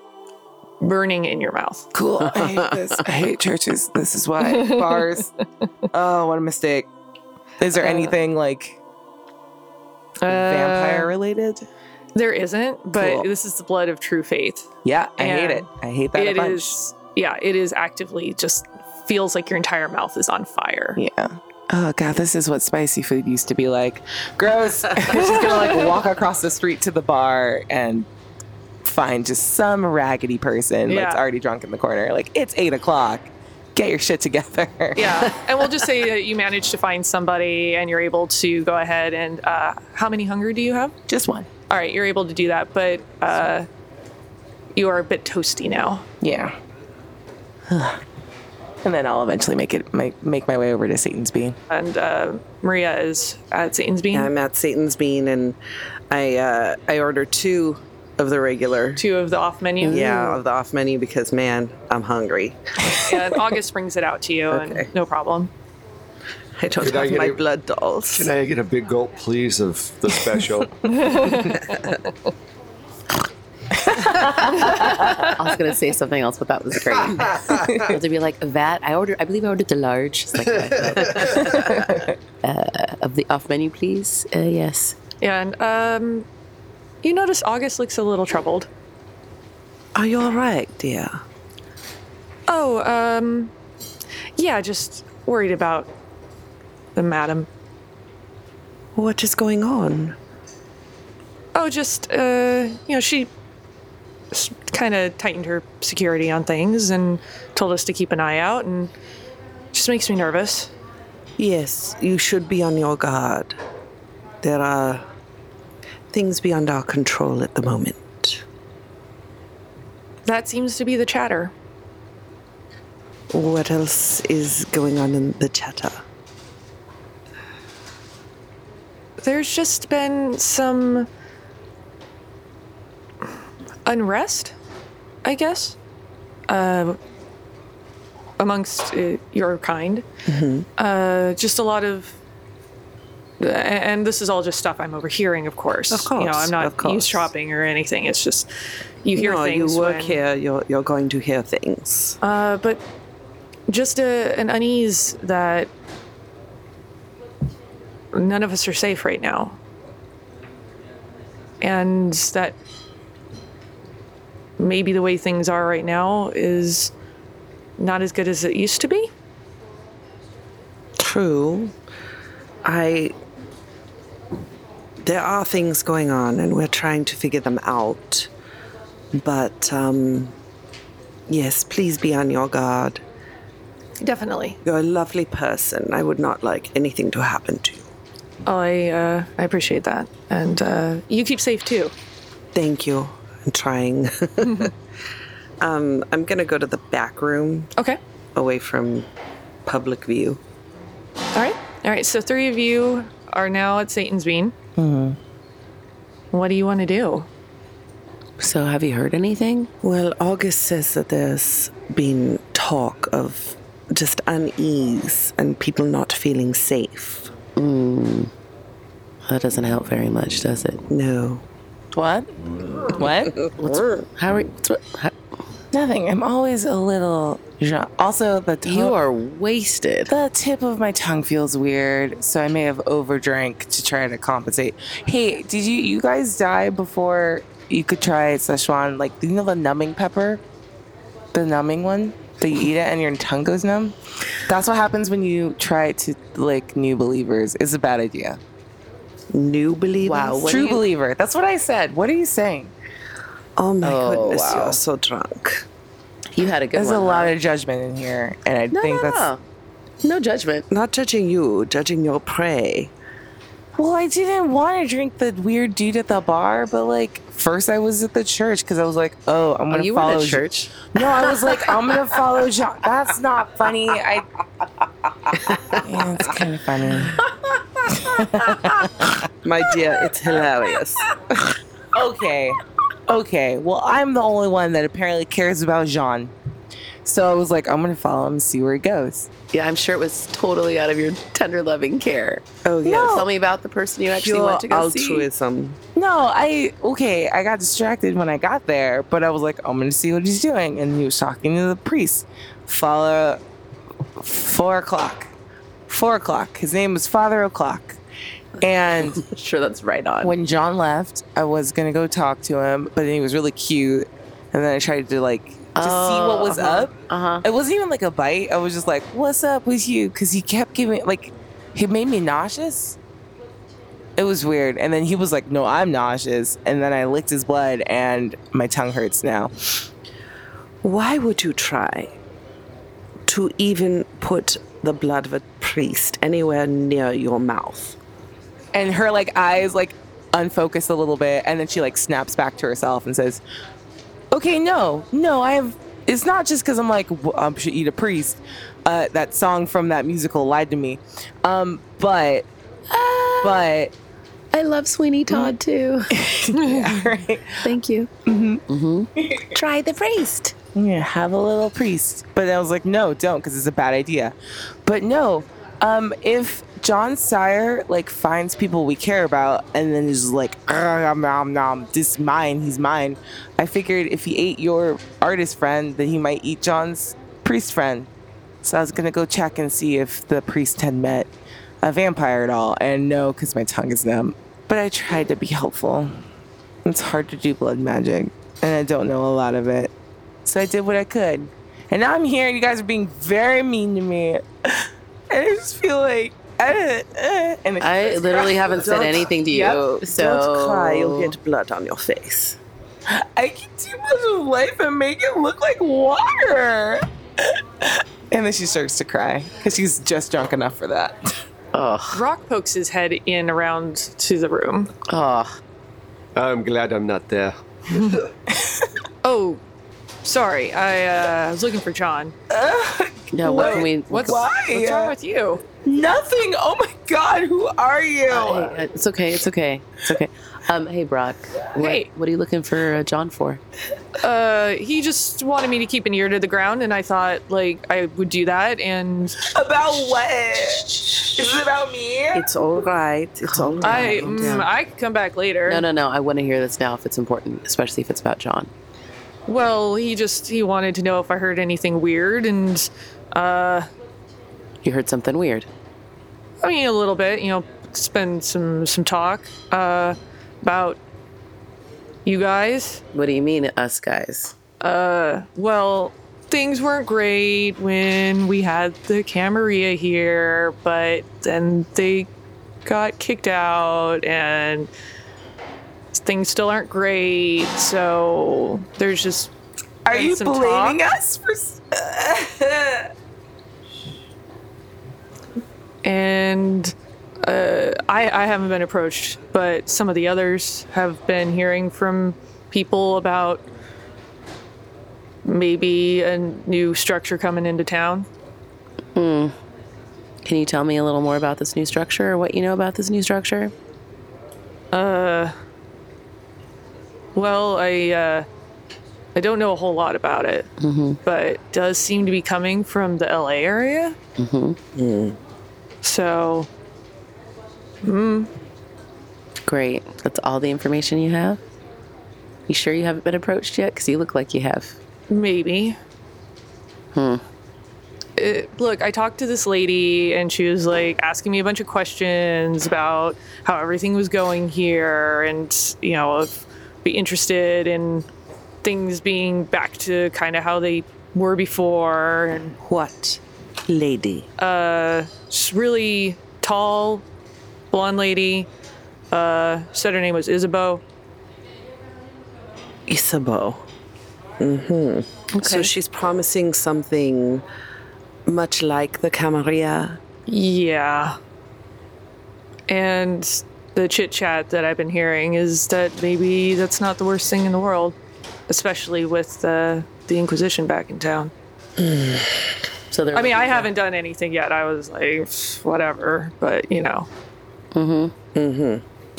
[SPEAKER 2] burning in your mouth.
[SPEAKER 5] Cool. I hate this. I hate churches. This is why. Bars. Oh, what a mistake. Is there
[SPEAKER 2] Uh,
[SPEAKER 5] anything like uh, vampire related?
[SPEAKER 2] Uh, There isn't, but
[SPEAKER 5] Cool.
[SPEAKER 2] this is the blood of true faith.
[SPEAKER 5] Yeah, I hate
[SPEAKER 2] yeah.
[SPEAKER 5] it. I hate that
[SPEAKER 2] It
[SPEAKER 5] a bunch.
[SPEAKER 2] is, yeah, it is actively just feels like your entire mouth is on fire.
[SPEAKER 5] Yeah. Oh god, this is what spicy food used to be like. Gross. She's gonna like walk across the street to the bar and find just some raggedy person that's
[SPEAKER 2] Yeah.
[SPEAKER 5] already drunk in the corner. Like it's eight o'clock. Get your shit together.
[SPEAKER 2] Yeah, and we'll just say that you managed to find somebody and you're able to go ahead and uh, how many hunger do you have?
[SPEAKER 5] Just one.
[SPEAKER 2] All right, you're able to do that, but uh, you are a bit toasty now.
[SPEAKER 5] Yeah. and then I'll eventually make it make, make my way over to Satan's Bean.
[SPEAKER 2] And uh, Maria is at Satan's Bean.
[SPEAKER 1] I'm at Satan's Bean, and I uh, I order two of the regular.
[SPEAKER 2] Two of the off menu.
[SPEAKER 1] Yeah, of the off menu because man, I'm hungry.
[SPEAKER 2] And August brings it out to you,
[SPEAKER 1] Okay.
[SPEAKER 2] and no problem.
[SPEAKER 1] I don't
[SPEAKER 3] Could I
[SPEAKER 1] have
[SPEAKER 3] get
[SPEAKER 1] my
[SPEAKER 3] a-
[SPEAKER 1] blood dolls.
[SPEAKER 3] Can I get a big gulp, please, of the special?
[SPEAKER 4] I was gonna say something else, but that was great. I to be like that. I ordered. I believe I ordered the large. It's like, uh, of the off menu, please. Uh, yes.
[SPEAKER 2] And um, you notice August looks a little troubled.
[SPEAKER 1] Are you all right, dear?
[SPEAKER 2] Oh, um, yeah, just worried about the madam.
[SPEAKER 1] What is going on?
[SPEAKER 2] Oh, just uh, you know, she kind of tightened her security on things and told us to keep an eye out, and Just makes me nervous.
[SPEAKER 1] Yes, you should be on your guard. There are things beyond our control at the moment.
[SPEAKER 2] That seems to be the chatter.
[SPEAKER 1] What else is going on in the chatter?
[SPEAKER 2] There's just been some unrest, I guess, uh, amongst uh, your kind.
[SPEAKER 1] Mm-hmm.
[SPEAKER 2] Uh, just a lot of, a- and this is all just stuff I'm overhearing, of course.
[SPEAKER 1] Of
[SPEAKER 2] you know,
[SPEAKER 1] course,
[SPEAKER 2] I'm not
[SPEAKER 1] of course.
[SPEAKER 2] eavesdropping or anything. It's just you hear
[SPEAKER 1] no,
[SPEAKER 2] things.
[SPEAKER 1] Oh, you work
[SPEAKER 2] when-
[SPEAKER 1] here, you're, you're going to hear things.
[SPEAKER 2] uh, but just a, an unease that none of us are safe right now. And that maybe the way things are right now is not as good as it used to be.
[SPEAKER 1] True. I. There are things going on, and we're trying to figure them out. But, um, yes, please be on your guard.
[SPEAKER 2] Definitely.
[SPEAKER 1] You're a lovely person. I would not like anything to happen to you.
[SPEAKER 2] I, uh, I appreciate that. And uh, you keep safe too.
[SPEAKER 1] Thank you. I'm trying. um, I'm going to go to the back room
[SPEAKER 2] Okay.
[SPEAKER 1] away from public view.
[SPEAKER 2] All right. All right. So, three of you are now at Satan's Bean. What do you want to do?
[SPEAKER 4] So, have you heard anything?
[SPEAKER 1] Well, August says that there's been talk of just unease and people not feeling safe.
[SPEAKER 4] Hmm. That doesn't help very much, does it?
[SPEAKER 1] No.
[SPEAKER 5] What? What?
[SPEAKER 4] How are what's what? How,
[SPEAKER 5] Nothing. I'm always a little. Also, the to-
[SPEAKER 4] you are wasted.
[SPEAKER 5] the tip of my tongue feels weird, so I may have overdrank to try to compensate. Hey, did you you guys die before you could try Szechuan? Like you know the numbing pepper, the numbing one that you eat it and your tongue goes numb. That's what happens when you try to like new believers. It's a bad idea.
[SPEAKER 1] New believers?
[SPEAKER 4] Wow, Oh, what-
[SPEAKER 5] True
[SPEAKER 4] do you-
[SPEAKER 5] believer. That's what I said. What are you saying?
[SPEAKER 1] Oh my
[SPEAKER 4] Oh,
[SPEAKER 1] goodness,
[SPEAKER 4] wow.
[SPEAKER 1] you're so drunk.
[SPEAKER 4] You had a good
[SPEAKER 5] There's
[SPEAKER 4] one.
[SPEAKER 5] a lot
[SPEAKER 4] huh?
[SPEAKER 5] of judgment in here, and I
[SPEAKER 4] No,
[SPEAKER 5] think
[SPEAKER 4] no,
[SPEAKER 5] that's
[SPEAKER 4] no. No judgment.
[SPEAKER 1] Not judging you, judging your prey.
[SPEAKER 5] Well, I didn't want to drink the weird dude at the bar, but like first I was at the church because I was like, oh, I'm
[SPEAKER 4] Oh,
[SPEAKER 5] gonna
[SPEAKER 4] you were
[SPEAKER 5] follow
[SPEAKER 4] at
[SPEAKER 5] Je-
[SPEAKER 4] church.
[SPEAKER 5] No, I was like, I'm gonna follow John. That's not funny. I. Yeah, it's kind of funny.
[SPEAKER 1] My dear, it's hilarious.
[SPEAKER 5] Okay, okay. Well, I'm the only one that apparently cares about Jean, so I was like, I'm gonna follow him, see where he goes.
[SPEAKER 4] Yeah, I'm sure it was totally out of your tender, loving care.
[SPEAKER 1] Oh, yes.
[SPEAKER 4] Tell me about the person you actually
[SPEAKER 1] Pure
[SPEAKER 4] went to go see.
[SPEAKER 1] altruism.
[SPEAKER 5] No, I okay. I got distracted when I got there, but I was like, I'm gonna see what he's doing, and he was talking to the priest. Follow four o'clock. Four o'clock. His name was Father O'clock, and
[SPEAKER 4] Sure, that's right on.
[SPEAKER 5] when John left, I was gonna go talk to him, but then he was really cute, and then I tried to like to see what was up.
[SPEAKER 4] Uh huh.
[SPEAKER 5] It wasn't even like a bite. I was just like, "What's up with you?" Because he kept giving like he made me nauseous. It was weird, and then he was like, "No, I'm nauseous," and then I licked his blood, and my tongue hurts now.
[SPEAKER 1] Why would you try to even put the blood of a priest anywhere near your mouth?
[SPEAKER 5] And her like eyes like unfocus a little bit, and then she like snaps back to herself and says, "Okay, no, no, I have." It's not just because I'm like w- I should eat a priest. Uh, that song from that musical lied to me, um, but but
[SPEAKER 6] I love Sweeney
[SPEAKER 4] Mm-hmm.
[SPEAKER 6] Todd too.
[SPEAKER 5] right.
[SPEAKER 6] Thank you.
[SPEAKER 4] Mm-hmm.
[SPEAKER 6] Try the priest.
[SPEAKER 5] yeah, have a little priest. But I was like, no, don't, because it's a bad idea. But no, um, if John Sire like finds people we care about and then is like, "Ah, nom, nom, nom, this mine, he's mine. I figured if he ate your artist friend, then he might eat John's priest friend. So I was gonna go check and see if the priest had met a vampire at all, and no, because my tongue is numb. But I tried to be helpful. It's hard to do blood magic, and I don't know a lot of it. So I did what I could. And now I'm here and you guys are being very mean to me. And I just feel like I don't- uh, and it-
[SPEAKER 4] I literally haven't said
[SPEAKER 1] Don't-
[SPEAKER 4] anything to you, so
[SPEAKER 1] Don't cry, Ah,
[SPEAKER 4] Oh.
[SPEAKER 1] you'll get blood on your face.
[SPEAKER 5] I get too much of life and make it look like water. And then she starts to cry because she's just drunk enough for that.
[SPEAKER 2] Rock pokes his head in around to the room.
[SPEAKER 4] Oh,
[SPEAKER 3] I'm glad I'm not there.
[SPEAKER 2] Oh, sorry. I uh, was looking for John.
[SPEAKER 4] yeah. What can we?
[SPEAKER 2] What's,
[SPEAKER 5] Why?
[SPEAKER 2] what's wrong with you?
[SPEAKER 5] Nothing. Oh my God. Who are you?
[SPEAKER 4] Hey, it's okay. It's okay. It's okay. Um, hey, Brock. What,
[SPEAKER 2] Hey.
[SPEAKER 4] What are you looking for uh, John for?
[SPEAKER 2] Uh, he just wanted me to keep an ear to the ground, and I thought like I would do that. And
[SPEAKER 5] about what? Is it about me?
[SPEAKER 7] It's all right. It's all
[SPEAKER 2] I
[SPEAKER 7] right.
[SPEAKER 2] mm, I could come back later.
[SPEAKER 4] No, no, no. I want to hear this now if it's important, especially if it's about John.
[SPEAKER 2] Well, he just he wanted to know if I heard anything weird, and uh,
[SPEAKER 4] You heard something weird.
[SPEAKER 2] I mean a little bit. You know, spend some some talk uh, about you guys.
[SPEAKER 4] What do you mean, us guys?
[SPEAKER 2] Well, things weren't great when we had the Camarilla here, but then they got kicked out and things still aren't great. So there's just
[SPEAKER 5] Are you
[SPEAKER 2] some talk.
[SPEAKER 5] blaming us for? s-
[SPEAKER 2] and uh, I, I haven't been approached, but some of the others have been hearing from people about maybe a new structure coming into town.
[SPEAKER 4] Can you tell me a little more about this new structure or what you know about this new structure?
[SPEAKER 2] Well, I uh, I don't know a whole lot about it, but it does seem to be coming from the LA area. Mm-hmm. So
[SPEAKER 4] Great. That's all the information you have? You sure you haven't been approached yet? Because you look like you have.
[SPEAKER 2] Maybe. Hmm. look, I talked to this lady, and she was like asking me a bunch of questions about how everything was going here, and you know, if be interested in things being back to kind of how they were before, and
[SPEAKER 7] What lady?
[SPEAKER 2] just really tall, blonde lady. Uh, said her name was Isabeau.
[SPEAKER 7] Isabeau. Mm-hmm. So she's promising something much like the Camarilla.
[SPEAKER 2] Yeah. And the chit chat that I've been hearing is that maybe that's not the worst thing in the world, especially with the, the Inquisition back in town.
[SPEAKER 4] So there
[SPEAKER 2] I mean, I haven't done anything yet. I was like, "Pff, whatever, but you know.
[SPEAKER 4] Do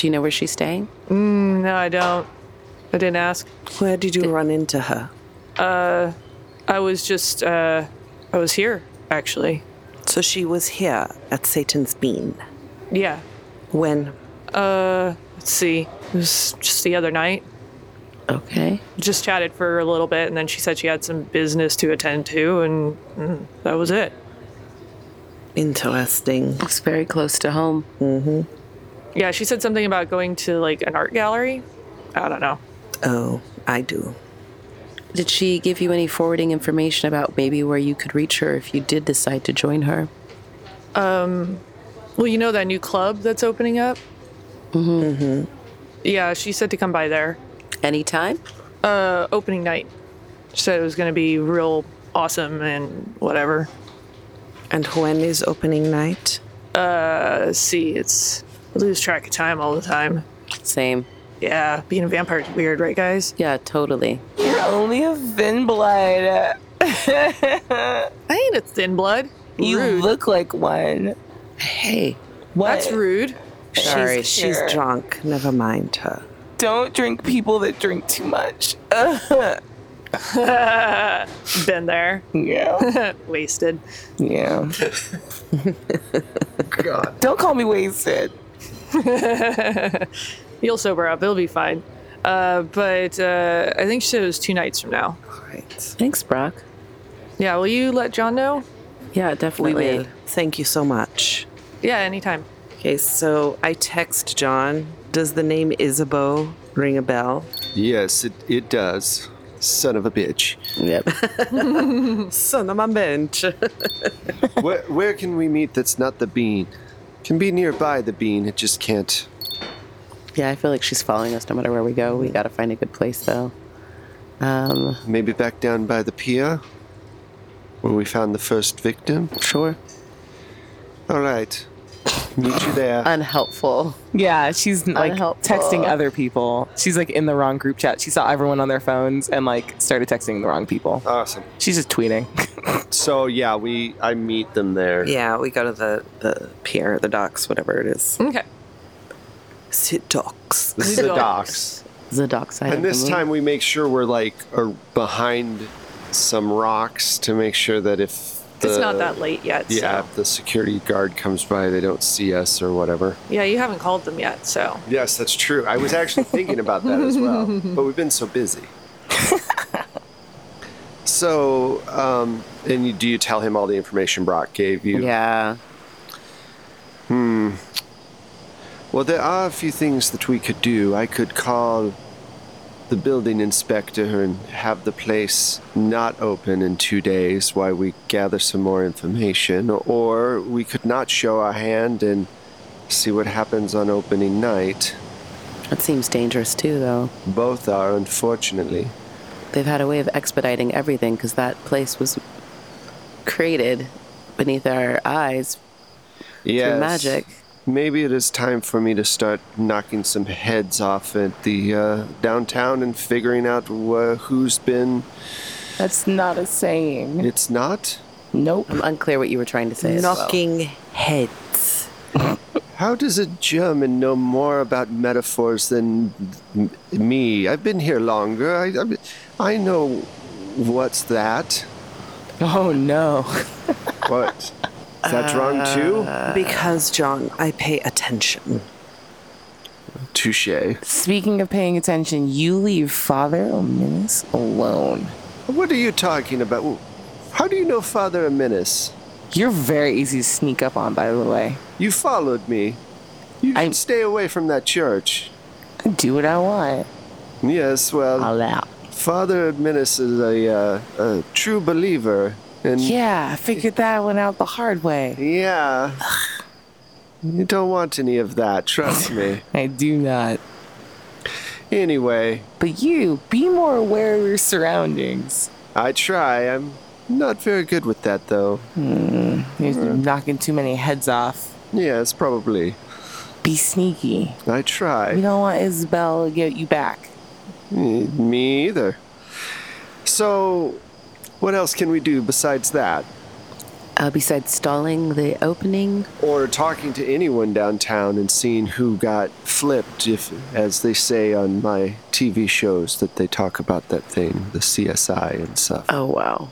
[SPEAKER 4] you know where she's staying?
[SPEAKER 2] No, I don't. I didn't ask.
[SPEAKER 7] Where did you run into her?
[SPEAKER 2] I was just, uh, I was here, actually.
[SPEAKER 7] So she was here at Satan's Bean.
[SPEAKER 2] Yeah.
[SPEAKER 7] When?
[SPEAKER 2] Uh, let's see. It was just the other night.
[SPEAKER 4] Okay.
[SPEAKER 2] Just chatted for a little bit, and then she said she had some business to attend to, and mm, that was it.
[SPEAKER 7] Interesting.
[SPEAKER 4] Looks very close to home.
[SPEAKER 2] Yeah, she said something about going to like an art gallery. I don't know.
[SPEAKER 7] Oh, I do.
[SPEAKER 4] Did she give you any forwarding information about maybe where you could reach her if you did decide to join her?
[SPEAKER 2] Um, Well, you know that new club that's opening up? Mm-hmm.
[SPEAKER 4] Mm-hmm.
[SPEAKER 2] Yeah, she said to come by there.
[SPEAKER 4] Anytime?
[SPEAKER 2] Uh, opening night. She said it was going to be real awesome and whatever.
[SPEAKER 7] And when is opening night?
[SPEAKER 2] Let's see, it's I lose track of time all the time.
[SPEAKER 4] Same.
[SPEAKER 2] Yeah, being a vampire's weird, right, guys?
[SPEAKER 4] Yeah, totally.
[SPEAKER 5] You're only a thin blood.
[SPEAKER 2] I ain't a thin blood.
[SPEAKER 5] You
[SPEAKER 2] rude.
[SPEAKER 5] look like one.
[SPEAKER 4] Hey,
[SPEAKER 5] What?
[SPEAKER 2] That's rude.
[SPEAKER 4] Sorry.
[SPEAKER 7] She's, she's
[SPEAKER 5] Sure.
[SPEAKER 7] drunk. Never mind her.
[SPEAKER 5] Don't drink people that drink too much.
[SPEAKER 2] Been there,
[SPEAKER 4] Mm.
[SPEAKER 5] yeah.
[SPEAKER 2] wasted.
[SPEAKER 5] Yeah.
[SPEAKER 3] God.
[SPEAKER 5] Don't call me wasted.
[SPEAKER 2] You'll sober up. It'll be fine. Uh, but uh, I think she said it was two nights from now.
[SPEAKER 4] thanks, Brock.
[SPEAKER 2] Yeah, will you let John know?
[SPEAKER 4] Yeah,
[SPEAKER 7] We
[SPEAKER 4] definitely.
[SPEAKER 7] will. Thank you so much.
[SPEAKER 2] Yeah, anytime.
[SPEAKER 7] Okay, so I text John. Does the name Isabeau ring a bell?
[SPEAKER 3] Yes, it, it does. Son of a bitch.
[SPEAKER 4] Yep.
[SPEAKER 7] Son of a bitch.
[SPEAKER 3] where, where can we meet that's not the bean? Can be nearby the bean, it just can't.
[SPEAKER 4] yeah, I feel like she's following us no matter where we go. We got to find a good place, though. Um,
[SPEAKER 3] Maybe back down by the pier? when we found the first victim?
[SPEAKER 4] Sure.
[SPEAKER 3] All right. Meet you there.
[SPEAKER 4] Unhelpful.
[SPEAKER 5] Yeah, she's like
[SPEAKER 4] Unhelpful.
[SPEAKER 5] texting other people. She's like in the wrong group chat. She saw everyone on their phones and like started texting the wrong people.
[SPEAKER 3] awesome.
[SPEAKER 5] She's just tweeting.
[SPEAKER 3] So yeah, we I meet them there.
[SPEAKER 7] Yeah, we go to the, the pier, the docks, whatever it is.
[SPEAKER 2] Okay.
[SPEAKER 7] Is it docks?
[SPEAKER 3] This is the
[SPEAKER 2] Dogs.
[SPEAKER 3] docks.
[SPEAKER 4] The dark side. of
[SPEAKER 3] And
[SPEAKER 4] the
[SPEAKER 3] this
[SPEAKER 4] moon.
[SPEAKER 3] time we make sure we're like are behind some rocks to make sure that if the,
[SPEAKER 2] It's not
[SPEAKER 4] Uh,
[SPEAKER 2] that late yet.
[SPEAKER 3] Yeah,
[SPEAKER 2] So.
[SPEAKER 3] if the security guard comes by, they don't see us or whatever.
[SPEAKER 2] Yeah, you haven't called them yet, so.
[SPEAKER 3] Yes, that's true. I was actually thinking about that as well, but we've been so busy. so, um, and you, do you tell him all the information Brock gave you?
[SPEAKER 4] Yeah.
[SPEAKER 3] Well, there are a few things that we could do. I could call the building inspector and have the place not open in two days while we gather some more information, or we could not show our hand and see what happens on opening night.
[SPEAKER 4] That seems dangerous too, though.
[SPEAKER 3] Both are, unfortunately.
[SPEAKER 4] They've had a way of expediting everything because that place was created beneath our eyes
[SPEAKER 3] Yes.
[SPEAKER 4] through magic.
[SPEAKER 3] Maybe it is time for me to start knocking some heads off at the uh, downtown and figuring out wh- who's been.
[SPEAKER 5] That's not a saying.
[SPEAKER 3] It's not?
[SPEAKER 5] Nope.
[SPEAKER 4] I'm unclear what you were trying to say. as well.
[SPEAKER 7] Knocking heads.
[SPEAKER 3] How does a German know more about metaphors than m- me? I've been here longer. I, I, I know what's that.
[SPEAKER 5] Oh no.
[SPEAKER 3] What? Is that wrong too?
[SPEAKER 7] because, John, I pay attention.
[SPEAKER 3] Touche.
[SPEAKER 5] Speaking of paying attention, you leave Father Ominous alone.
[SPEAKER 3] What are you talking about? How do you know Father Aminis?
[SPEAKER 5] You're very easy to sneak up on, by the way.
[SPEAKER 3] You followed me. You
[SPEAKER 5] I'm-
[SPEAKER 3] should stay away from that church.
[SPEAKER 5] I do what I want.
[SPEAKER 3] Yes, well,
[SPEAKER 5] All out.
[SPEAKER 3] Father Adminis is a, uh, a true believer, and
[SPEAKER 5] Yeah, I figured that one out the hard way.
[SPEAKER 3] yeah, you don't want any of that. Trust me.
[SPEAKER 5] I do not.
[SPEAKER 3] Anyway,
[SPEAKER 5] But you, be more aware of your surroundings.
[SPEAKER 3] I try. I'm not very good with that, though.
[SPEAKER 5] You're knocking too many heads off.
[SPEAKER 3] Yes, probably.
[SPEAKER 5] Be sneaky.
[SPEAKER 3] I
[SPEAKER 5] We
[SPEAKER 3] try.
[SPEAKER 5] don't want Isabel to get you back.
[SPEAKER 3] Eh, Me either. So, what else can we do besides that?
[SPEAKER 4] Uh, besides stalling the opening,
[SPEAKER 3] or talking to anyone downtown and seeing who got flipped if as they say on my TV shows that they talk about that thing the CSI and stuff
[SPEAKER 4] oh wow.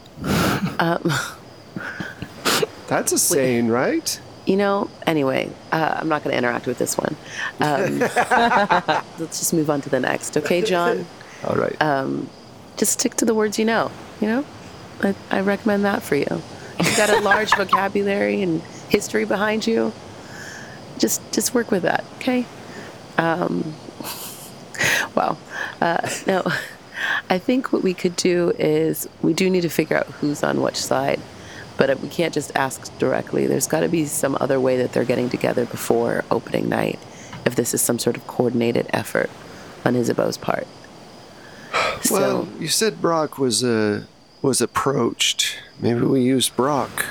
[SPEAKER 3] that's a saying right
[SPEAKER 4] You know, anyway, uh, I'm not going to interact with this one. Um, let's just move on to the next, okay, John?
[SPEAKER 3] all right
[SPEAKER 4] Just stick to the words you know. You know, I, I recommend that for you. You've got a large vocabulary and history behind you. Just, just work with that, okay? Um, wow. Uh, no, I think what we could do is we do need to figure out who's on which side, but we can't just ask directly. There's got to be some other way that they're getting together before opening night, if this is some sort of coordinated effort on Isabeau's part.
[SPEAKER 3] well
[SPEAKER 4] so,
[SPEAKER 3] you said Brock was uh, was approached maybe we use Brock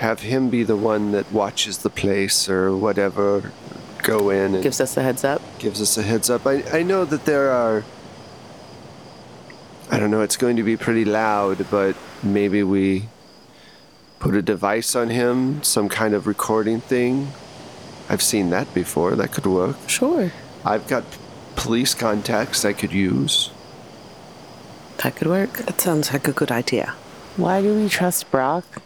[SPEAKER 3] have him be the one that watches the place or whatever go in and
[SPEAKER 4] gives us the heads up.
[SPEAKER 3] gives us a heads up. I, I know that there are. I don't know, it's going to be pretty loud, but maybe we put a device on him, some kind of recording thing. I've seen that before, that could work.
[SPEAKER 4] Sure.
[SPEAKER 3] I've got p- police contacts I could use.
[SPEAKER 4] That could work.
[SPEAKER 7] That sounds like a good idea.
[SPEAKER 5] Why do we trust Brock?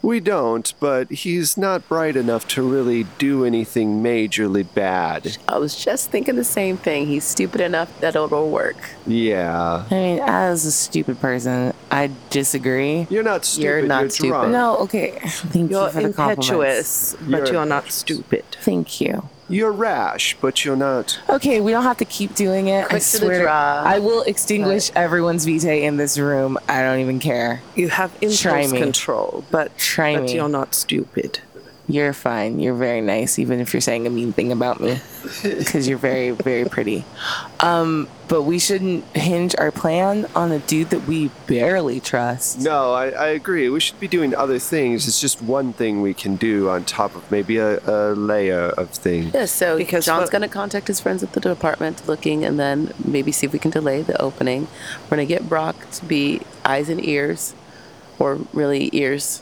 [SPEAKER 3] We don't, but he's not bright enough to really do anything majorly bad.
[SPEAKER 4] I was just thinking the same thing. He's stupid enough that it'll work.
[SPEAKER 3] Yeah.
[SPEAKER 5] I mean, as a stupid person, I disagree.
[SPEAKER 3] You're not stupid.
[SPEAKER 4] You're not stupid.
[SPEAKER 3] drunk.
[SPEAKER 5] No, okay. Thank
[SPEAKER 7] You're
[SPEAKER 5] you for the compliments.
[SPEAKER 7] impetuous, but
[SPEAKER 3] You're-
[SPEAKER 7] you're not stupid.
[SPEAKER 5] Thank you.
[SPEAKER 3] You're rash, but you're not.
[SPEAKER 5] Okay, we don't have to keep doing it. I
[SPEAKER 4] Quick to the
[SPEAKER 5] swear,
[SPEAKER 4] draw.
[SPEAKER 5] I will extinguish everyone's vitae in this room. I don't even care.
[SPEAKER 7] You have
[SPEAKER 5] Try
[SPEAKER 7] impulse
[SPEAKER 5] me.
[SPEAKER 7] control, but,
[SPEAKER 5] Try
[SPEAKER 7] but
[SPEAKER 5] me.
[SPEAKER 7] you're not stupid.
[SPEAKER 4] You're fine. You're very nice, even if you're saying a mean thing about me, because you're very, very pretty. Um, but we shouldn't hinge our plan on a dude that we barely trust.
[SPEAKER 3] No, I, I agree. We should be doing other things. It's just one thing we can do on top of maybe a, a layer of things.
[SPEAKER 6] Yeah, so
[SPEAKER 7] Because
[SPEAKER 6] John's
[SPEAKER 7] what-
[SPEAKER 6] going to contact his friends at the department looking and then maybe see if we can delay the opening. We're going to get Brock to be eyes and ears, or really ears,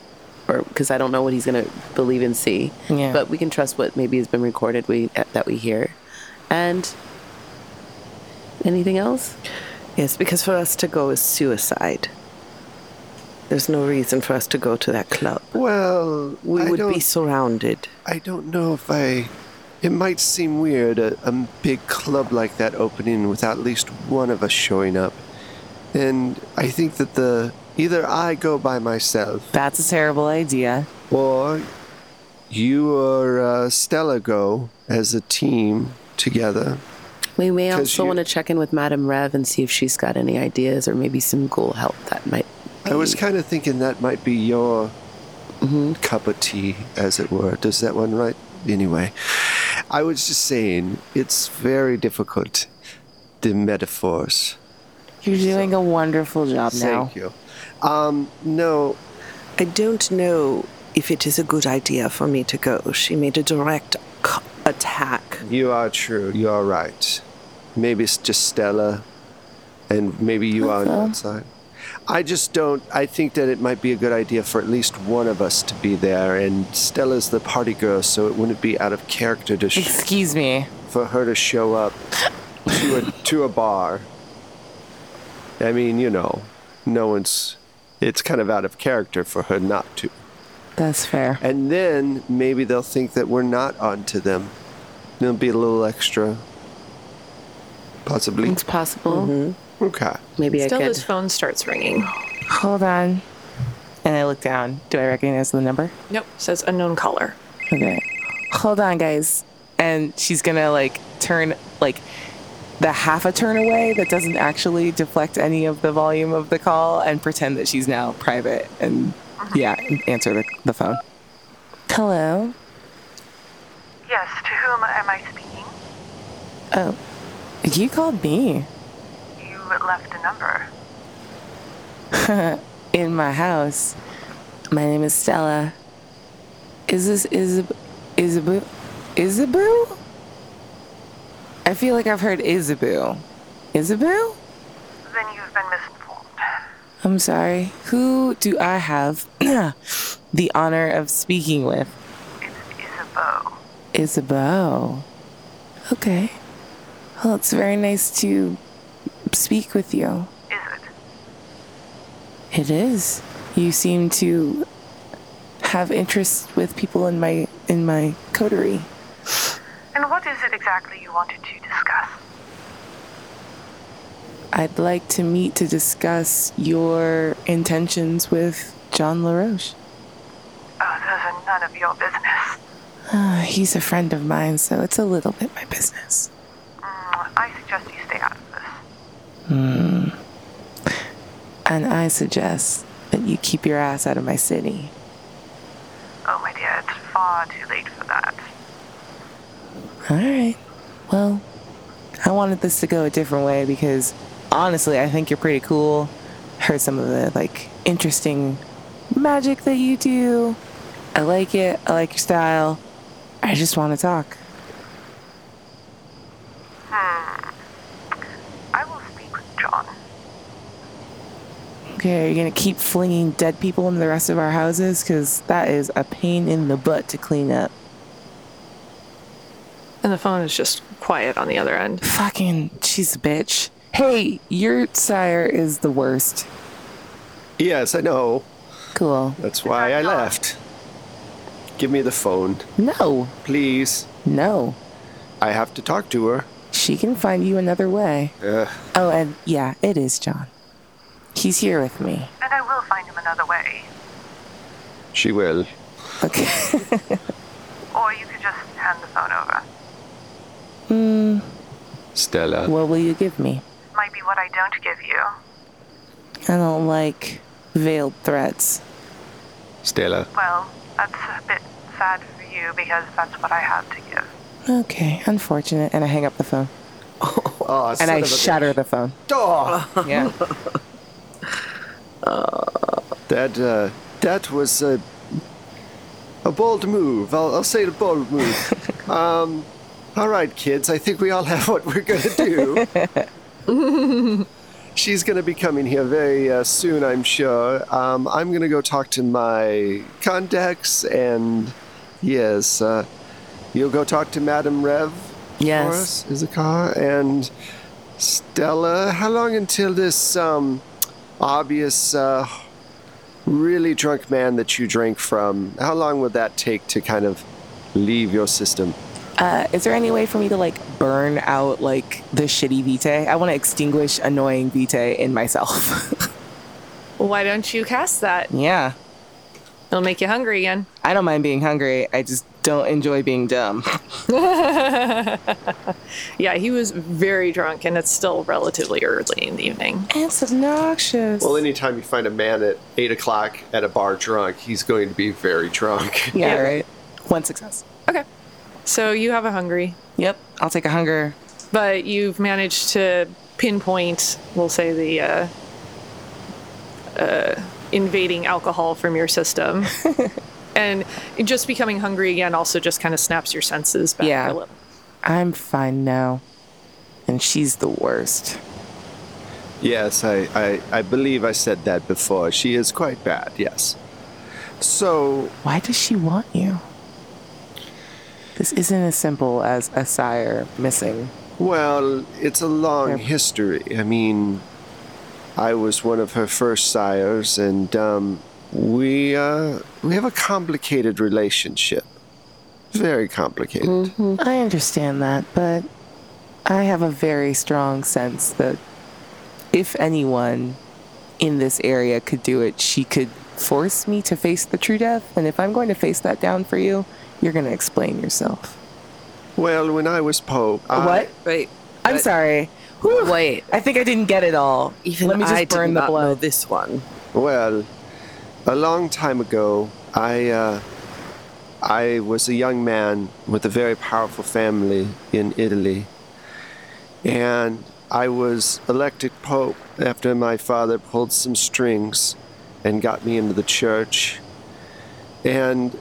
[SPEAKER 6] or because I don't know what he's going to believe and see.
[SPEAKER 4] Yeah.
[SPEAKER 6] But we can trust what maybe has been recorded we, that we hear. And anything else?
[SPEAKER 7] Yes, because for us to go is suicide. There's no reason for us to go to that club.
[SPEAKER 3] Well,
[SPEAKER 7] We
[SPEAKER 3] I
[SPEAKER 7] would
[SPEAKER 3] don't,
[SPEAKER 7] be surrounded.
[SPEAKER 3] I don't know if I. It might seem weird a, a big club like that opening without at least one of us showing up. And I think that the either I go by myself
[SPEAKER 4] That's a terrible idea.
[SPEAKER 3] or you or uh, Stella go as a team together.
[SPEAKER 6] We may
[SPEAKER 3] 'Cause
[SPEAKER 6] also
[SPEAKER 3] you-
[SPEAKER 6] want to check in with Madame Rev and see if she's got any ideas or maybe some ghoul help that might.
[SPEAKER 3] I was kind of thinking that might be your cup of tea, as it were. Does that one right? Anyway, I was just saying, it's very difficult, the metaphors.
[SPEAKER 4] You're doing a wonderful job now.
[SPEAKER 3] Thank you. Um, no,
[SPEAKER 7] I don't know if it is a good idea for me to go. She made a direct c- attack.
[SPEAKER 3] you are true. You are right. Maybe it's just Stella, and maybe you are on the outside. I just don't. I think that it might be a good idea for at least one of us to be there, and Stella's the party girl, so it wouldn't be out of character to. Sh-
[SPEAKER 4] Excuse me.
[SPEAKER 3] for her to show up to a to a bar. I mean, you know, no one's. It's kind of out of character for her not to.
[SPEAKER 4] That's fair.
[SPEAKER 3] And then maybe they'll think that we're not onto them. There'll be a little extra, possibly. Mm-hmm.
[SPEAKER 6] It's possible.
[SPEAKER 3] Okay.
[SPEAKER 6] Maybe I
[SPEAKER 2] Stella's
[SPEAKER 6] could.
[SPEAKER 2] phone starts ringing.
[SPEAKER 4] Hold on. And I look down. Do I recognize the number?
[SPEAKER 2] Nope, says unknown caller.
[SPEAKER 4] Okay. Hold on, guys. And she's gonna like turn like the half a turn away that doesn't actually deflect any of the volume of the call and pretend that she's now private and yeah, answer the, the phone. Hello.
[SPEAKER 8] Yes, to whom am I speaking?
[SPEAKER 4] Oh, you called me
[SPEAKER 8] You left a number.
[SPEAKER 4] in my house. My name is Stella. Is this Isab Isabu Isabu? I feel like I've heard Isabu. Isabu?
[SPEAKER 8] Then you've been misinformed.
[SPEAKER 4] I'm sorry. Who do I have the honor of speaking with?
[SPEAKER 8] Isabeau.
[SPEAKER 4] Isabeau. Okay. Well, it's very nice to speak with you.
[SPEAKER 8] Is it?
[SPEAKER 4] It is. You seem to have interest with people in my in my coterie.
[SPEAKER 8] And what is it exactly you wanted to discuss?
[SPEAKER 4] I'd like to meet to discuss your intentions with John LaRoche.
[SPEAKER 8] Oh, those are none of your business.
[SPEAKER 4] Uh, he's a friend of mine, so it's a little bit my business.
[SPEAKER 8] Mm, I suggest you stay out of this.
[SPEAKER 4] And I suggest that you keep your ass out of my city.
[SPEAKER 8] Oh, my dear, it's far too late for that.
[SPEAKER 4] All right. Well, I wanted this to go a different way because honestly, I think you're pretty cool. Heard some of the like interesting magic that you do. I like it. I like your style. I just want to talk.
[SPEAKER 8] Hmm. I will speak with John.
[SPEAKER 4] Okay, are you gonna keep flinging dead people into the rest of our houses? Because that is a pain in the butt to clean up.
[SPEAKER 2] And the phone is just quiet on the other end.
[SPEAKER 4] Fucking, she's a bitch. Hey, your sire is the worst.
[SPEAKER 3] Yes, I know.
[SPEAKER 4] Cool.
[SPEAKER 3] That's why I left. Give me the phone,
[SPEAKER 4] No,
[SPEAKER 3] please.
[SPEAKER 4] no.
[SPEAKER 3] I have to talk to her.
[SPEAKER 4] She can find you another way.
[SPEAKER 3] Ugh.
[SPEAKER 4] Oh, and yeah, it is John. He's here with me.
[SPEAKER 8] And I will find him another way.
[SPEAKER 3] She will.
[SPEAKER 4] Okay.
[SPEAKER 8] Or you could just hand the phone over.
[SPEAKER 3] Stella.
[SPEAKER 4] what will you give me?
[SPEAKER 8] Might be what I don't give you.
[SPEAKER 4] I don't like veiled threats.
[SPEAKER 3] Stella.
[SPEAKER 8] Well, that's a bit sad for you because that's what I have to give.
[SPEAKER 5] Okay, unfortunate. And I hang up the phone.
[SPEAKER 3] Oh,
[SPEAKER 5] and
[SPEAKER 3] son of a
[SPEAKER 5] I
[SPEAKER 3] bitch.
[SPEAKER 5] shatter the phone.
[SPEAKER 3] Oh,
[SPEAKER 5] Yeah.
[SPEAKER 3] that uh, that was a a bold move. I'll, I'll say a bold move. um, all right, kids. I think we all have what we're gonna do. She's gonna be coming here very uh, soon, I'm sure. Um, I'm gonna go talk to my contacts, and yes, uh, you'll go talk to Madame Rev.
[SPEAKER 4] Yes.
[SPEAKER 3] For us, Izakar, and Stella. How long until this um, obvious uh, really drunk man that you drank from, how long would that take to kind of leave your system?
[SPEAKER 5] Uh, is there any way for me to like burn out like the shitty vitae? I want to extinguish annoying vitae in myself.
[SPEAKER 2] Why don't you cast that?
[SPEAKER 5] yeah.
[SPEAKER 2] It'll make you hungry again.
[SPEAKER 5] I don't mind being hungry. I just don't enjoy being dumb.
[SPEAKER 2] Yeah, he was very drunk, and it's still relatively early in the evening.
[SPEAKER 5] It's obnoxious.
[SPEAKER 3] Well, anytime you find a man at eight o'clock at a bar drunk, he's going to be very drunk.
[SPEAKER 5] yeah, right. One success.
[SPEAKER 2] Okay. So you have a hungry,
[SPEAKER 5] Yep. I'll take a hunger.
[SPEAKER 2] but you've managed to pinpoint, we'll say, the uh, uh, invading alcohol from your system. and just becoming hungry again also just kind of snaps your senses back
[SPEAKER 5] Yeah.
[SPEAKER 2] a little.
[SPEAKER 5] I'm fine now. And she's the worst.
[SPEAKER 3] Yes, I, I, I believe I said that before. She is quite bad, yes. So,
[SPEAKER 5] Why does she want you? This isn't as simple as a sire missing.
[SPEAKER 3] well, it's a long history. I mean, I was one of her first sires, and um, we, uh, we have a complicated relationship. Very complicated.
[SPEAKER 5] I understand that, but I have a very strong sense that if anyone in this area could do it, she could force me to face the true death. And if I'm going to face that down for you, you're going to explain yourself.
[SPEAKER 3] Well, when I was Pope, I,
[SPEAKER 5] what?
[SPEAKER 7] Wait.
[SPEAKER 5] I'm
[SPEAKER 7] but
[SPEAKER 5] sorry. Whew.
[SPEAKER 7] Wait.
[SPEAKER 5] I think I didn't get it all.
[SPEAKER 7] Even
[SPEAKER 5] Let me just
[SPEAKER 7] I
[SPEAKER 5] burn
[SPEAKER 7] did
[SPEAKER 5] the
[SPEAKER 7] not know
[SPEAKER 5] blood.
[SPEAKER 7] this one.
[SPEAKER 3] Well, a long time ago, I uh, I was a young man with a very powerful family in Italy, and I was elected pope after my father pulled some strings and got me into the church, and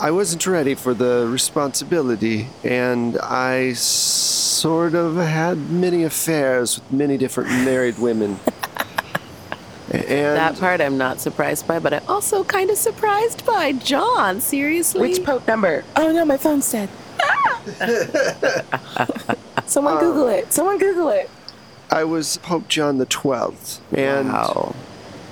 [SPEAKER 3] I wasn't ready for the responsibility, and I sort of had many affairs with many different married women. And
[SPEAKER 4] That part I'm not surprised by, but I'm also kind of surprised by John. Seriously?
[SPEAKER 5] Which Pope number? Oh no, my phone's dead. Someone Google it. Someone Google it.
[SPEAKER 3] I was Pope John the Twelfth, and
[SPEAKER 4] Wow.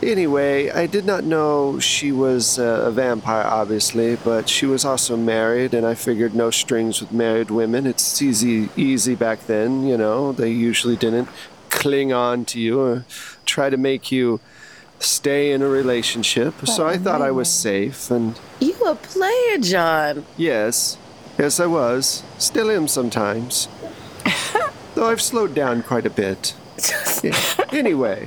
[SPEAKER 3] anyway, I did not know she was uh, a vampire, obviously, but she was also married, and I figured no strings with married women. It's easy, easy back then, you know. They usually didn't cling on to you or try to make you stay in a relationship. so I thought I was safe, and
[SPEAKER 4] You a player, John.
[SPEAKER 3] yes, yes, I was. Still am sometimes, though I've slowed down quite a bit. Yeah. Anyway.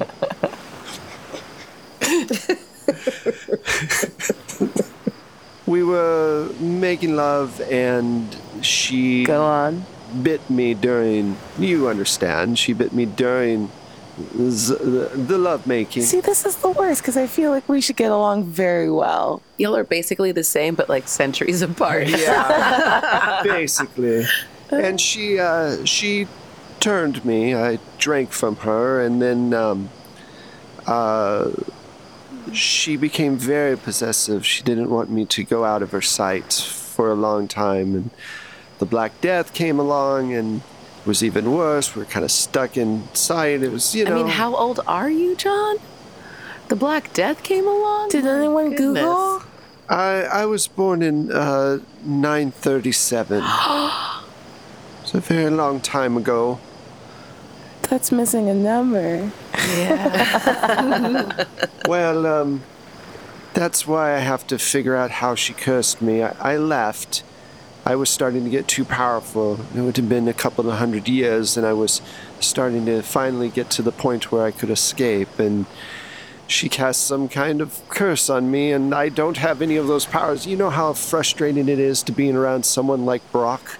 [SPEAKER 3] we were making love and she
[SPEAKER 5] Go on.
[SPEAKER 3] bit me during you understand she bit me during z- the, the love making
[SPEAKER 5] See, this is the worst because I feel like we should get along very well.
[SPEAKER 4] Y'all are basically the same, but like centuries apart.
[SPEAKER 3] yeah basically and she uh, she turned me i drank from her and then um, uh, she became very possessive she didn't want me to go out of her sight for a long time and the black death came along and it was even worse we are kind of stuck inside it was you
[SPEAKER 4] I
[SPEAKER 3] know
[SPEAKER 4] mean, how old are you, John? The Black Death came along.
[SPEAKER 5] Did
[SPEAKER 4] Oh My
[SPEAKER 5] anyone
[SPEAKER 4] goodness.
[SPEAKER 5] Google?
[SPEAKER 3] I, I was born in uh, 937 it's a very long time ago
[SPEAKER 5] That's missing a number.
[SPEAKER 3] Well, um, that's why I have to figure out how she cursed me. I, I left. I was starting to get too powerful. It would have been a couple of hundred years, and I was starting to finally get to the point where I could escape. And She casts some kind of curse on me, and I don't have any of those powers. You know how frustrating it is to being around someone like Brock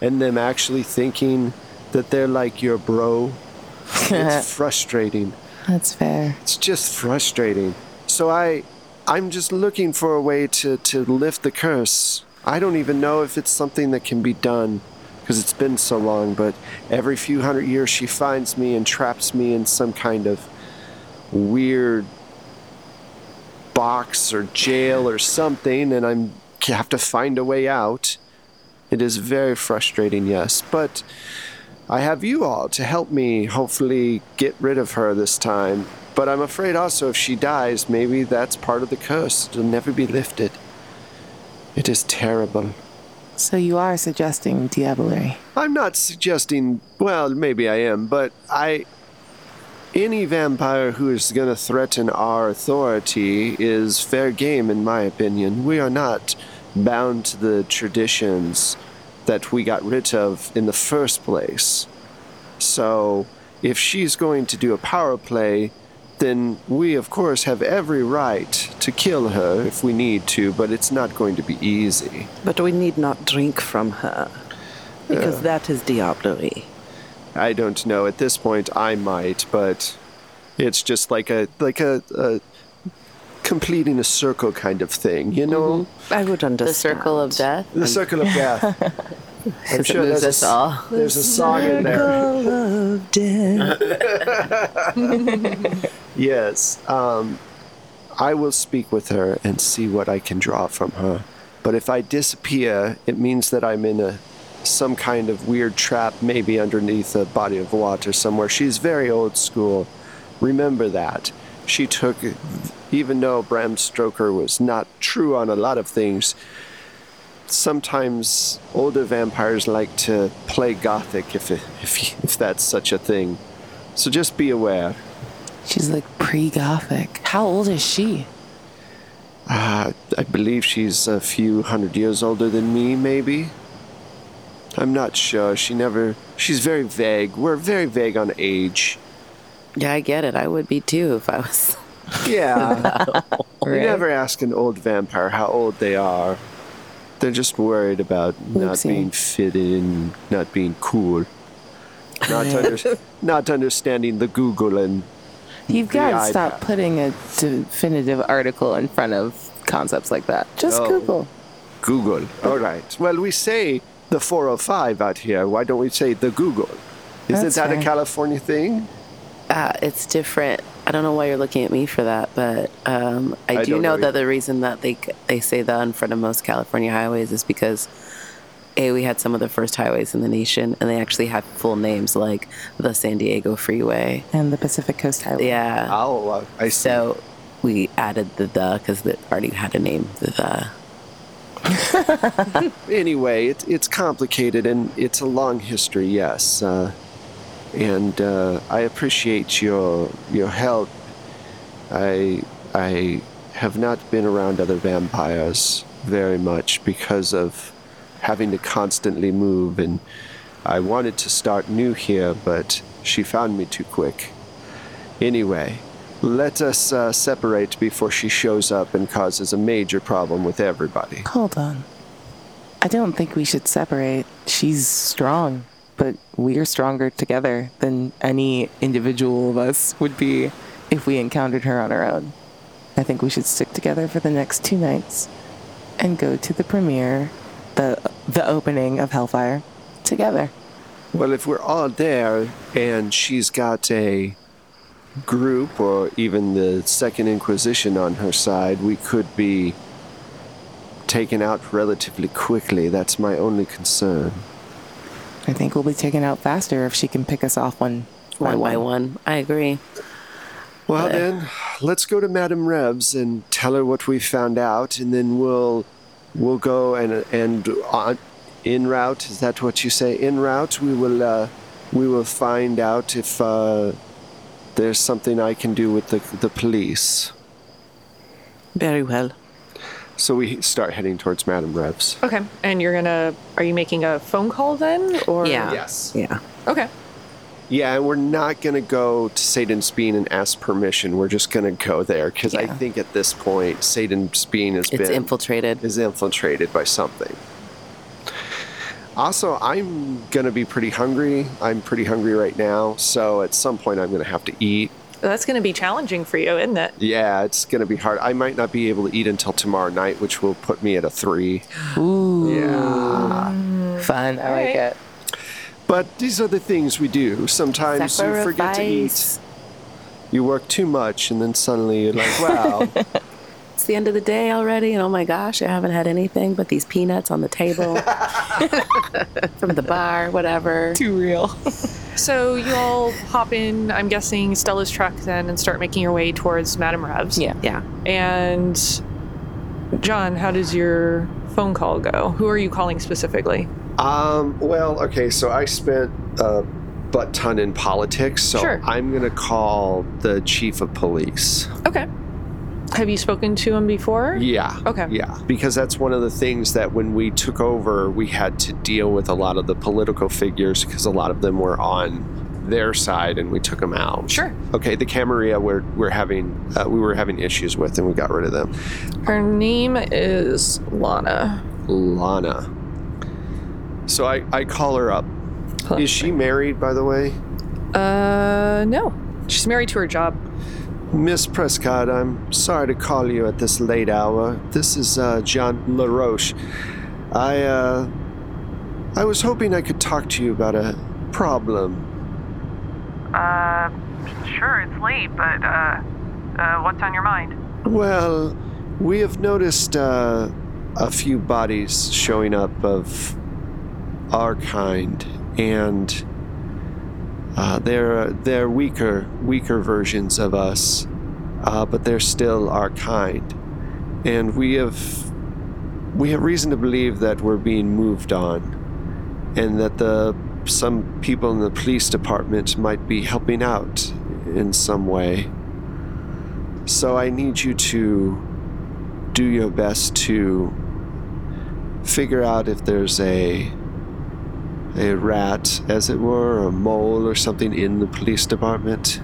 [SPEAKER 3] and them actually thinking that they're like your bro? it's frustrating.
[SPEAKER 5] That's fair.
[SPEAKER 3] It's just frustrating. So I I'm just looking for a way to to lift the curse. I don't even know if it's something that can be done because it's been so long, but every few hundred years she finds me and traps me in some kind of weird box or jail or something and I'm have to find a way out. It is very frustrating, yes, but I have you all to help me hopefully get rid of her this time. But I'm afraid also if she dies, maybe that's part of the curse. It'll never be lifted. It is terrible.
[SPEAKER 5] So you are suggesting Diablerie.
[SPEAKER 3] I'm not suggesting, well, maybe I am, but I. Any vampire who is going to threaten our authority is fair game, in my opinion. We are not bound to the traditions that we got rid of in the first place. So, if she's going to do a power play, then we, of course, have every right to kill her if we need to, but it's not going to be easy.
[SPEAKER 7] But we need not drink from her because that is diablerie.
[SPEAKER 3] I don't know. At this point, I might, but it's just like a like a, a completing a circle kind of thing, you know?
[SPEAKER 7] I would understand.
[SPEAKER 4] The circle of death.
[SPEAKER 3] The circle of death. I'm
[SPEAKER 4] It moves
[SPEAKER 3] a s-
[SPEAKER 4] us all.
[SPEAKER 3] There's a song in there.
[SPEAKER 7] Of death.
[SPEAKER 3] Yes. Um, I will speak with her and see what I can draw from her. But if I disappear, it means that I'm in a some kind of weird trap, maybe underneath a body of water somewhere. She's very old school. Remember that. She took, even though Bram Stoker was not true on a lot of things, sometimes older vampires like to play gothic if, if, if that's such a thing. So just be aware.
[SPEAKER 5] She's like pre Gothic. How old is she?
[SPEAKER 3] Uh, I believe she's a few hundred years older than me, maybe. I'm not sure. She never. She's very vague. We're very vague on age.
[SPEAKER 4] Yeah, I get it. I would be too if I was.
[SPEAKER 3] Yeah. we
[SPEAKER 4] Right.
[SPEAKER 3] never ask an old vampire how old they are. They're just worried about not
[SPEAKER 5] Oopsie.
[SPEAKER 3] being fit in, not being cool, not under, not understanding the Google and
[SPEAKER 5] You've got
[SPEAKER 3] iPad.
[SPEAKER 5] to stop putting a definitive article in front of concepts like that. Just
[SPEAKER 3] No.
[SPEAKER 5] Google.
[SPEAKER 3] Google. All right. Well, we say the 405 out here. Why don't we say the Google? Isn't
[SPEAKER 5] That's
[SPEAKER 3] that a
[SPEAKER 5] fair.
[SPEAKER 3] California thing?
[SPEAKER 4] Uh, it's different. I don't know why you're looking at me for that, but um, I,
[SPEAKER 3] I
[SPEAKER 4] do
[SPEAKER 3] don't
[SPEAKER 4] know
[SPEAKER 3] know
[SPEAKER 4] that the reason that they c- they say that in front of most California highways is because a we had some of the first highways in the nation, and they actually have full names like the San Diego Freeway.
[SPEAKER 5] And the Pacific Coast Highway.
[SPEAKER 4] Yeah.
[SPEAKER 3] Oh, uh, I see.
[SPEAKER 4] So we added the the because it already had a name. The, the.
[SPEAKER 3] anyway, it, it's complicated and it's a long history, yes. Uh, and uh, I appreciate your your help. I I have not been around other vampires very much because of having to constantly move, and I wanted to start new here, but she found me too quick. Anyway. Let us uh, separate before she shows up and causes a major problem with everybody.
[SPEAKER 5] Hold on. I don't think we should separate. She's strong, but we're stronger together than any individual of us would be if we encountered her on our own. I think we should stick together for the next two nights and go to the premiere, the the opening of Hellfire together.
[SPEAKER 3] Well, if we're all there and she's got a group or even the Second Inquisition on her side, we could be taken out relatively quickly. That's my only concern.
[SPEAKER 5] I think we'll be taken out faster if she can pick us off one by
[SPEAKER 4] One
[SPEAKER 5] one.
[SPEAKER 4] by one. I agree.
[SPEAKER 3] Well, then, let's go to Madame Rebs and tell her what we found out, and then we'll we'll go and and on in route. Is that what you say? In route, we will uh, we will find out if uh, there's something I can do with the the police.
[SPEAKER 7] Very well.
[SPEAKER 3] So we start heading towards Madame Revs.
[SPEAKER 2] Okay. And you're going to, are you making a phone call then? Or?
[SPEAKER 7] Yeah.
[SPEAKER 3] Yes.
[SPEAKER 7] Yeah.
[SPEAKER 2] Okay.
[SPEAKER 3] Yeah, and we're not going to go to Satan's Bean and ask permission. We're just going to go there because I
[SPEAKER 4] Yeah.
[SPEAKER 3] think at this point, Satan's Bean has
[SPEAKER 4] It's
[SPEAKER 3] been
[SPEAKER 4] infiltrated.
[SPEAKER 3] is infiltrated by something. Also, I'm going to be pretty hungry. I'm pretty hungry right now. So at some point, I'm going to have to eat.
[SPEAKER 2] That's going to be challenging for you, isn't it?
[SPEAKER 3] Yeah, it's going to be hard. I might not be able to eat until tomorrow night, which will put me at a three.
[SPEAKER 4] Ooh.
[SPEAKER 3] Yeah.
[SPEAKER 5] Fun. I like
[SPEAKER 2] Alright.
[SPEAKER 5] it.
[SPEAKER 3] But these are the things we do. Sometimes you forget to eat.
[SPEAKER 5] Sacrifice.
[SPEAKER 3] You work too much, and then suddenly you're like, wow.
[SPEAKER 4] It's the end of the day already, and oh my gosh, I haven't had anything but these peanuts on the table from the bar, whatever.
[SPEAKER 5] Too real.
[SPEAKER 2] So you all hop in, I'm guessing, Stella's truck then and start making your way towards Madame Rev's.
[SPEAKER 5] Yeah.
[SPEAKER 7] Yeah.
[SPEAKER 2] And John, how does your phone call go? Who are you calling specifically?
[SPEAKER 3] Um, well, okay, so I spent a butt ton in politics, so
[SPEAKER 2] Sure.
[SPEAKER 3] I'm going to call the chief of police.
[SPEAKER 2] Okay. Have you spoken to him before?
[SPEAKER 3] Yeah.
[SPEAKER 2] Okay.
[SPEAKER 3] Yeah. Because that's one of the things that when we took over, we had to deal with a lot of the political figures because a lot of them were on their side and we took them out.
[SPEAKER 2] Sure.
[SPEAKER 3] Okay, the Camarilla we're, we're having, uh, we were having issues with and we got rid of them.
[SPEAKER 2] Her name is Lana.
[SPEAKER 3] Lana. So I, I call her up.
[SPEAKER 2] Hold on.
[SPEAKER 3] Is she married, by the way?
[SPEAKER 2] Uh, no. She's married to her job.
[SPEAKER 3] Miss Prescott, I'm sorry to call you at this late hour. This is uh, John LaRoche. I, uh, I was hoping I could talk to you about a problem.
[SPEAKER 8] Uh, sure, it's late, but uh, uh, what's on your mind?
[SPEAKER 3] Well, we have noticed uh, a few bodies showing up of our kind, and uh, they're they're weaker weaker versions of us, uh, but they're still our kind, and we have we have reason to believe that we're being moved on, and that the some people in the police department might be helping out in some way. So I need you to do your best to figure out if there's a a rat, as it were, or a mole or something in the police department.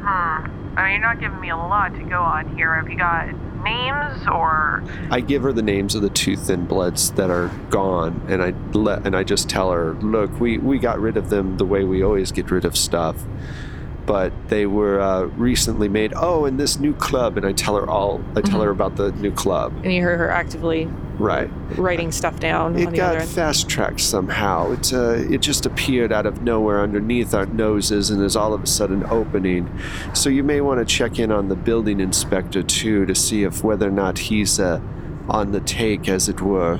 [SPEAKER 8] Hmm. I mean, you're not giving me a lot to go on here. Have you got names or?
[SPEAKER 3] I give her the names of the two thin bloods that are gone, and I let and I just tell her, look, we we got rid of them the way we always get rid of stuff, but they were uh, recently made. Oh, and this new club, and I tell her all. I tell her about the new club,
[SPEAKER 2] And you hear her actively
[SPEAKER 3] right?
[SPEAKER 2] writing stuff down on
[SPEAKER 3] It
[SPEAKER 2] the other
[SPEAKER 3] got
[SPEAKER 2] end.
[SPEAKER 3] fast tracked somehow. It uh, it just appeared out of nowhere underneath our noses and is all of a sudden opening. So you may want to check in on the building inspector too to see if whether or not he's uh, on the take, as it were.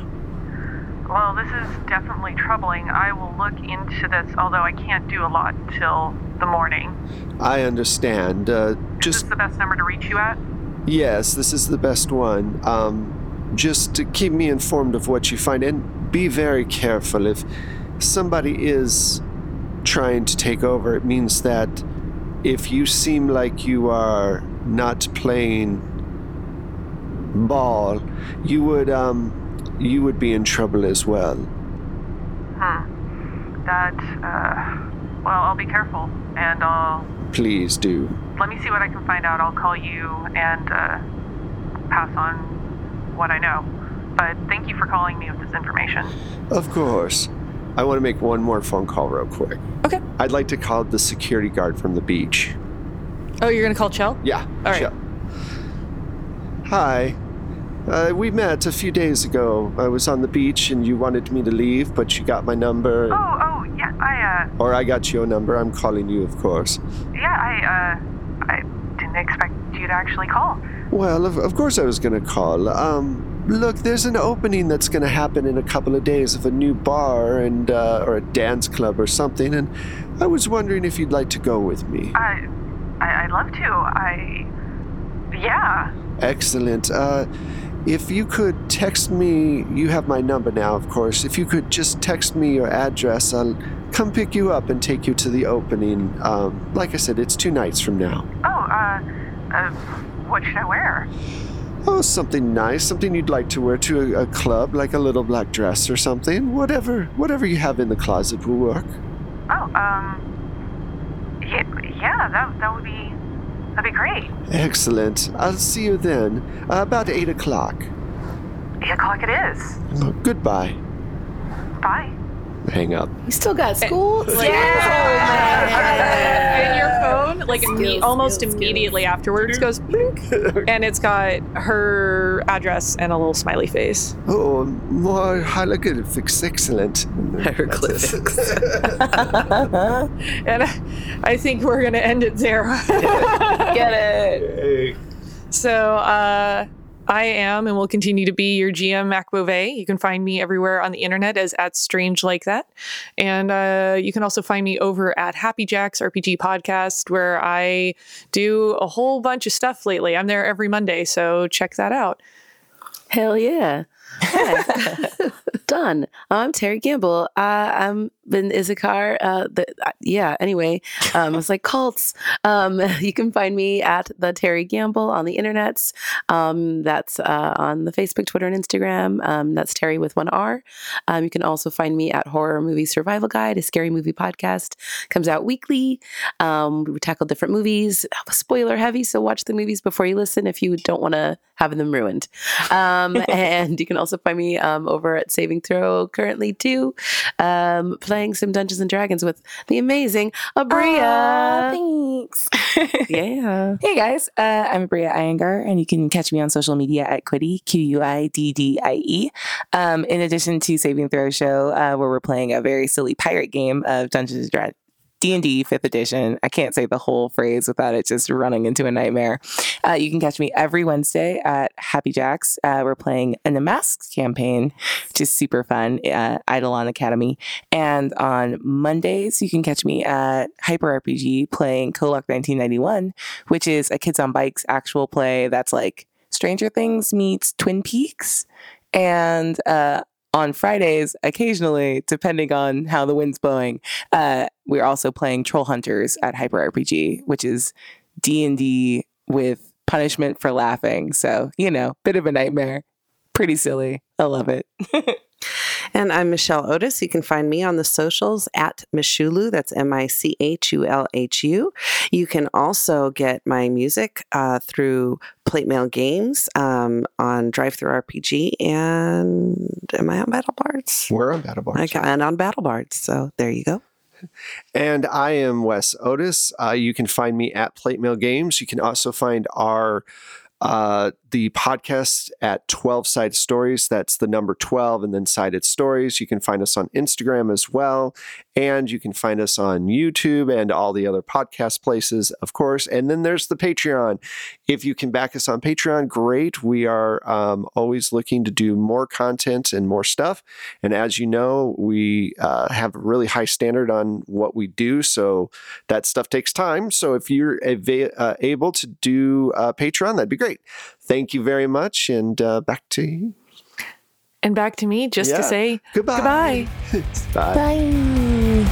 [SPEAKER 8] Well, this is definitely troubling. I will look into this, although I can't do a lot till the morning.
[SPEAKER 3] I understand. Uh,
[SPEAKER 8] Is
[SPEAKER 3] just
[SPEAKER 8] this the best number to reach you at?
[SPEAKER 3] yes, this is the best one. Um, just to keep me informed of what you find and be very careful if somebody is trying to take over. It means that if you seem like you are not playing ball, you would um, you would be in trouble as well.
[SPEAKER 8] Hmm. That. Uh, well, I'll be careful, and I'll
[SPEAKER 3] Please do.
[SPEAKER 8] let me see what I can find out. I'll call you and uh, pass on what I know. But thank you for calling me with this information.
[SPEAKER 3] Of course. I want to make one more phone call real quick.
[SPEAKER 2] Okay.
[SPEAKER 3] I'd like to call the security guard from the beach.
[SPEAKER 2] Oh, you're going to call Chell?
[SPEAKER 3] Yeah.
[SPEAKER 2] All right.
[SPEAKER 3] sure. Hi. Uh, we met a few days ago. I was on the beach and you wanted me to leave, but you got my number,
[SPEAKER 8] Oh, oh, yeah, I,
[SPEAKER 3] or I got your number. I'm calling you, of course.
[SPEAKER 8] uh, yeah, I, uh, I didn't expect you to actually call.
[SPEAKER 3] Well, of, of course I was going to call. Um, look, there's an opening that's going to happen in a couple of days of a new bar and uh, or a dance club or something, and I was wondering if you'd like to go with me.
[SPEAKER 8] I, I, I'd love to. I, yeah.
[SPEAKER 3] Excellent. Uh, if you could text me, you have my number now, of course. If you could just text me your address, I'll come pick you up and take you to the opening. Um, like I said, it's two nights from now.
[SPEAKER 8] Oh, uh, uh, what should I wear?
[SPEAKER 3] Oh, something nice, something you'd like to wear to a, a club, like a little black dress or something. Whatever, whatever you have in the closet will work.
[SPEAKER 8] Oh, um, Yeah, yeah that, that would be that'd be great.
[SPEAKER 3] Excellent. I'll see you then. Uh, about 8 o'clock.
[SPEAKER 8] Eight o'clock it is.
[SPEAKER 3] Uh, goodbye.
[SPEAKER 8] Bye.
[SPEAKER 3] Hang up.
[SPEAKER 4] You still got school?
[SPEAKER 2] and your phone, like imme- almost immediately afterwards, goes blink, and it's got her address and a little smiley face.
[SPEAKER 3] Oh, more hieroglyphics. Excellent.
[SPEAKER 6] Hieroglyphics.
[SPEAKER 2] And I, I think we're gonna end it there.
[SPEAKER 5] Get it.
[SPEAKER 2] so uh, I am, and will continue to be your GM, Mac Beauvais. You can find me everywhere on the internet as at Strange Like That, and uh, you can also find me over at Happy Jacks RPG Podcast, where I do a whole bunch of stuff lately. I'm there every Monday, so check that out.
[SPEAKER 6] Hell yeah. Yeah. Done. I'm Terry Gamble. Uh, I'm been Issachar. Uh, the, uh, yeah. Anyway, um, I was like cults. Um, you can find me at the Terry Gamble on the internets. Um, that's uh, on the Facebook, Twitter, and Instagram. Um, that's Terry with one R. Um, you can also find me at Horror Movie Survival Guide, a scary movie podcast. Comes out weekly. Um, we tackle different movies. Spoiler heavy, so watch the movies before you listen if you don't want to have them ruined. Um, and you can also find me um, over at Saving Throw currently too, um, playing some Dungeons and Dragons with the amazing
[SPEAKER 5] Aw,
[SPEAKER 6] Abria.
[SPEAKER 5] thanks.
[SPEAKER 6] yeah.
[SPEAKER 5] Hey guys, uh, I'm Bria Iyengar, and you can catch me on social media at Quiddy, Q U I D D I E. Um, in addition to Saving Throw Show, uh, where we're playing a very silly pirate game of Dungeons and Dragons. D&D 5th edition. I can't say the whole phrase without it just running into a nightmare. Uh, you can catch me every Wednesday at Happy Jacks. Uh, we're playing an Unmasked campaign, which is super fun, uh, Eidolon Academy. And on Mondays, you can catch me at Hyper RPG playing Kolok 1991, which is a Kids on Bikes actual play that's like Stranger Things meets Twin Peaks. And uh, on Fridays, occasionally, depending on how the wind's blowing, uh, we're also playing Troll Hunters at Hyper RPG, which is D and D with punishment for laughing. So you know, bit of a nightmare, pretty silly. I love it.
[SPEAKER 7] And I'm Michelle Otis. You can find me on the socials at Mishulu. That's M I C H U L H U. You can also get my music uh, through Plate Mail Games um, on Drive Through RPG. And am I on Battle Bards?
[SPEAKER 3] We're on Battle Bar.
[SPEAKER 7] Okay, and on Battle Bards. So there you go.
[SPEAKER 3] And I am Wes Otis. Uh, you can find me at Plate Mail Games. You can also find our uh, the podcast at 12 Sided Stories. That's the number 12 and then Sided Stories. You can find us on Instagram as well. And you can find us on YouTube and all the other podcast places, of course. And then there's the Patreon. If you can back us on Patreon, great. We are um, always looking to do more content and more stuff. And as you know, we uh, have a really high standard on what we do. So that stuff takes time. So if you're ava- uh, able to do uh, Patreon, that'd be great. Thank you very much. And uh, back to you.
[SPEAKER 2] And back to me just
[SPEAKER 3] Yeah.
[SPEAKER 2] to say
[SPEAKER 3] Goodbye.
[SPEAKER 2] goodbye.
[SPEAKER 3] Bye.
[SPEAKER 5] Bye.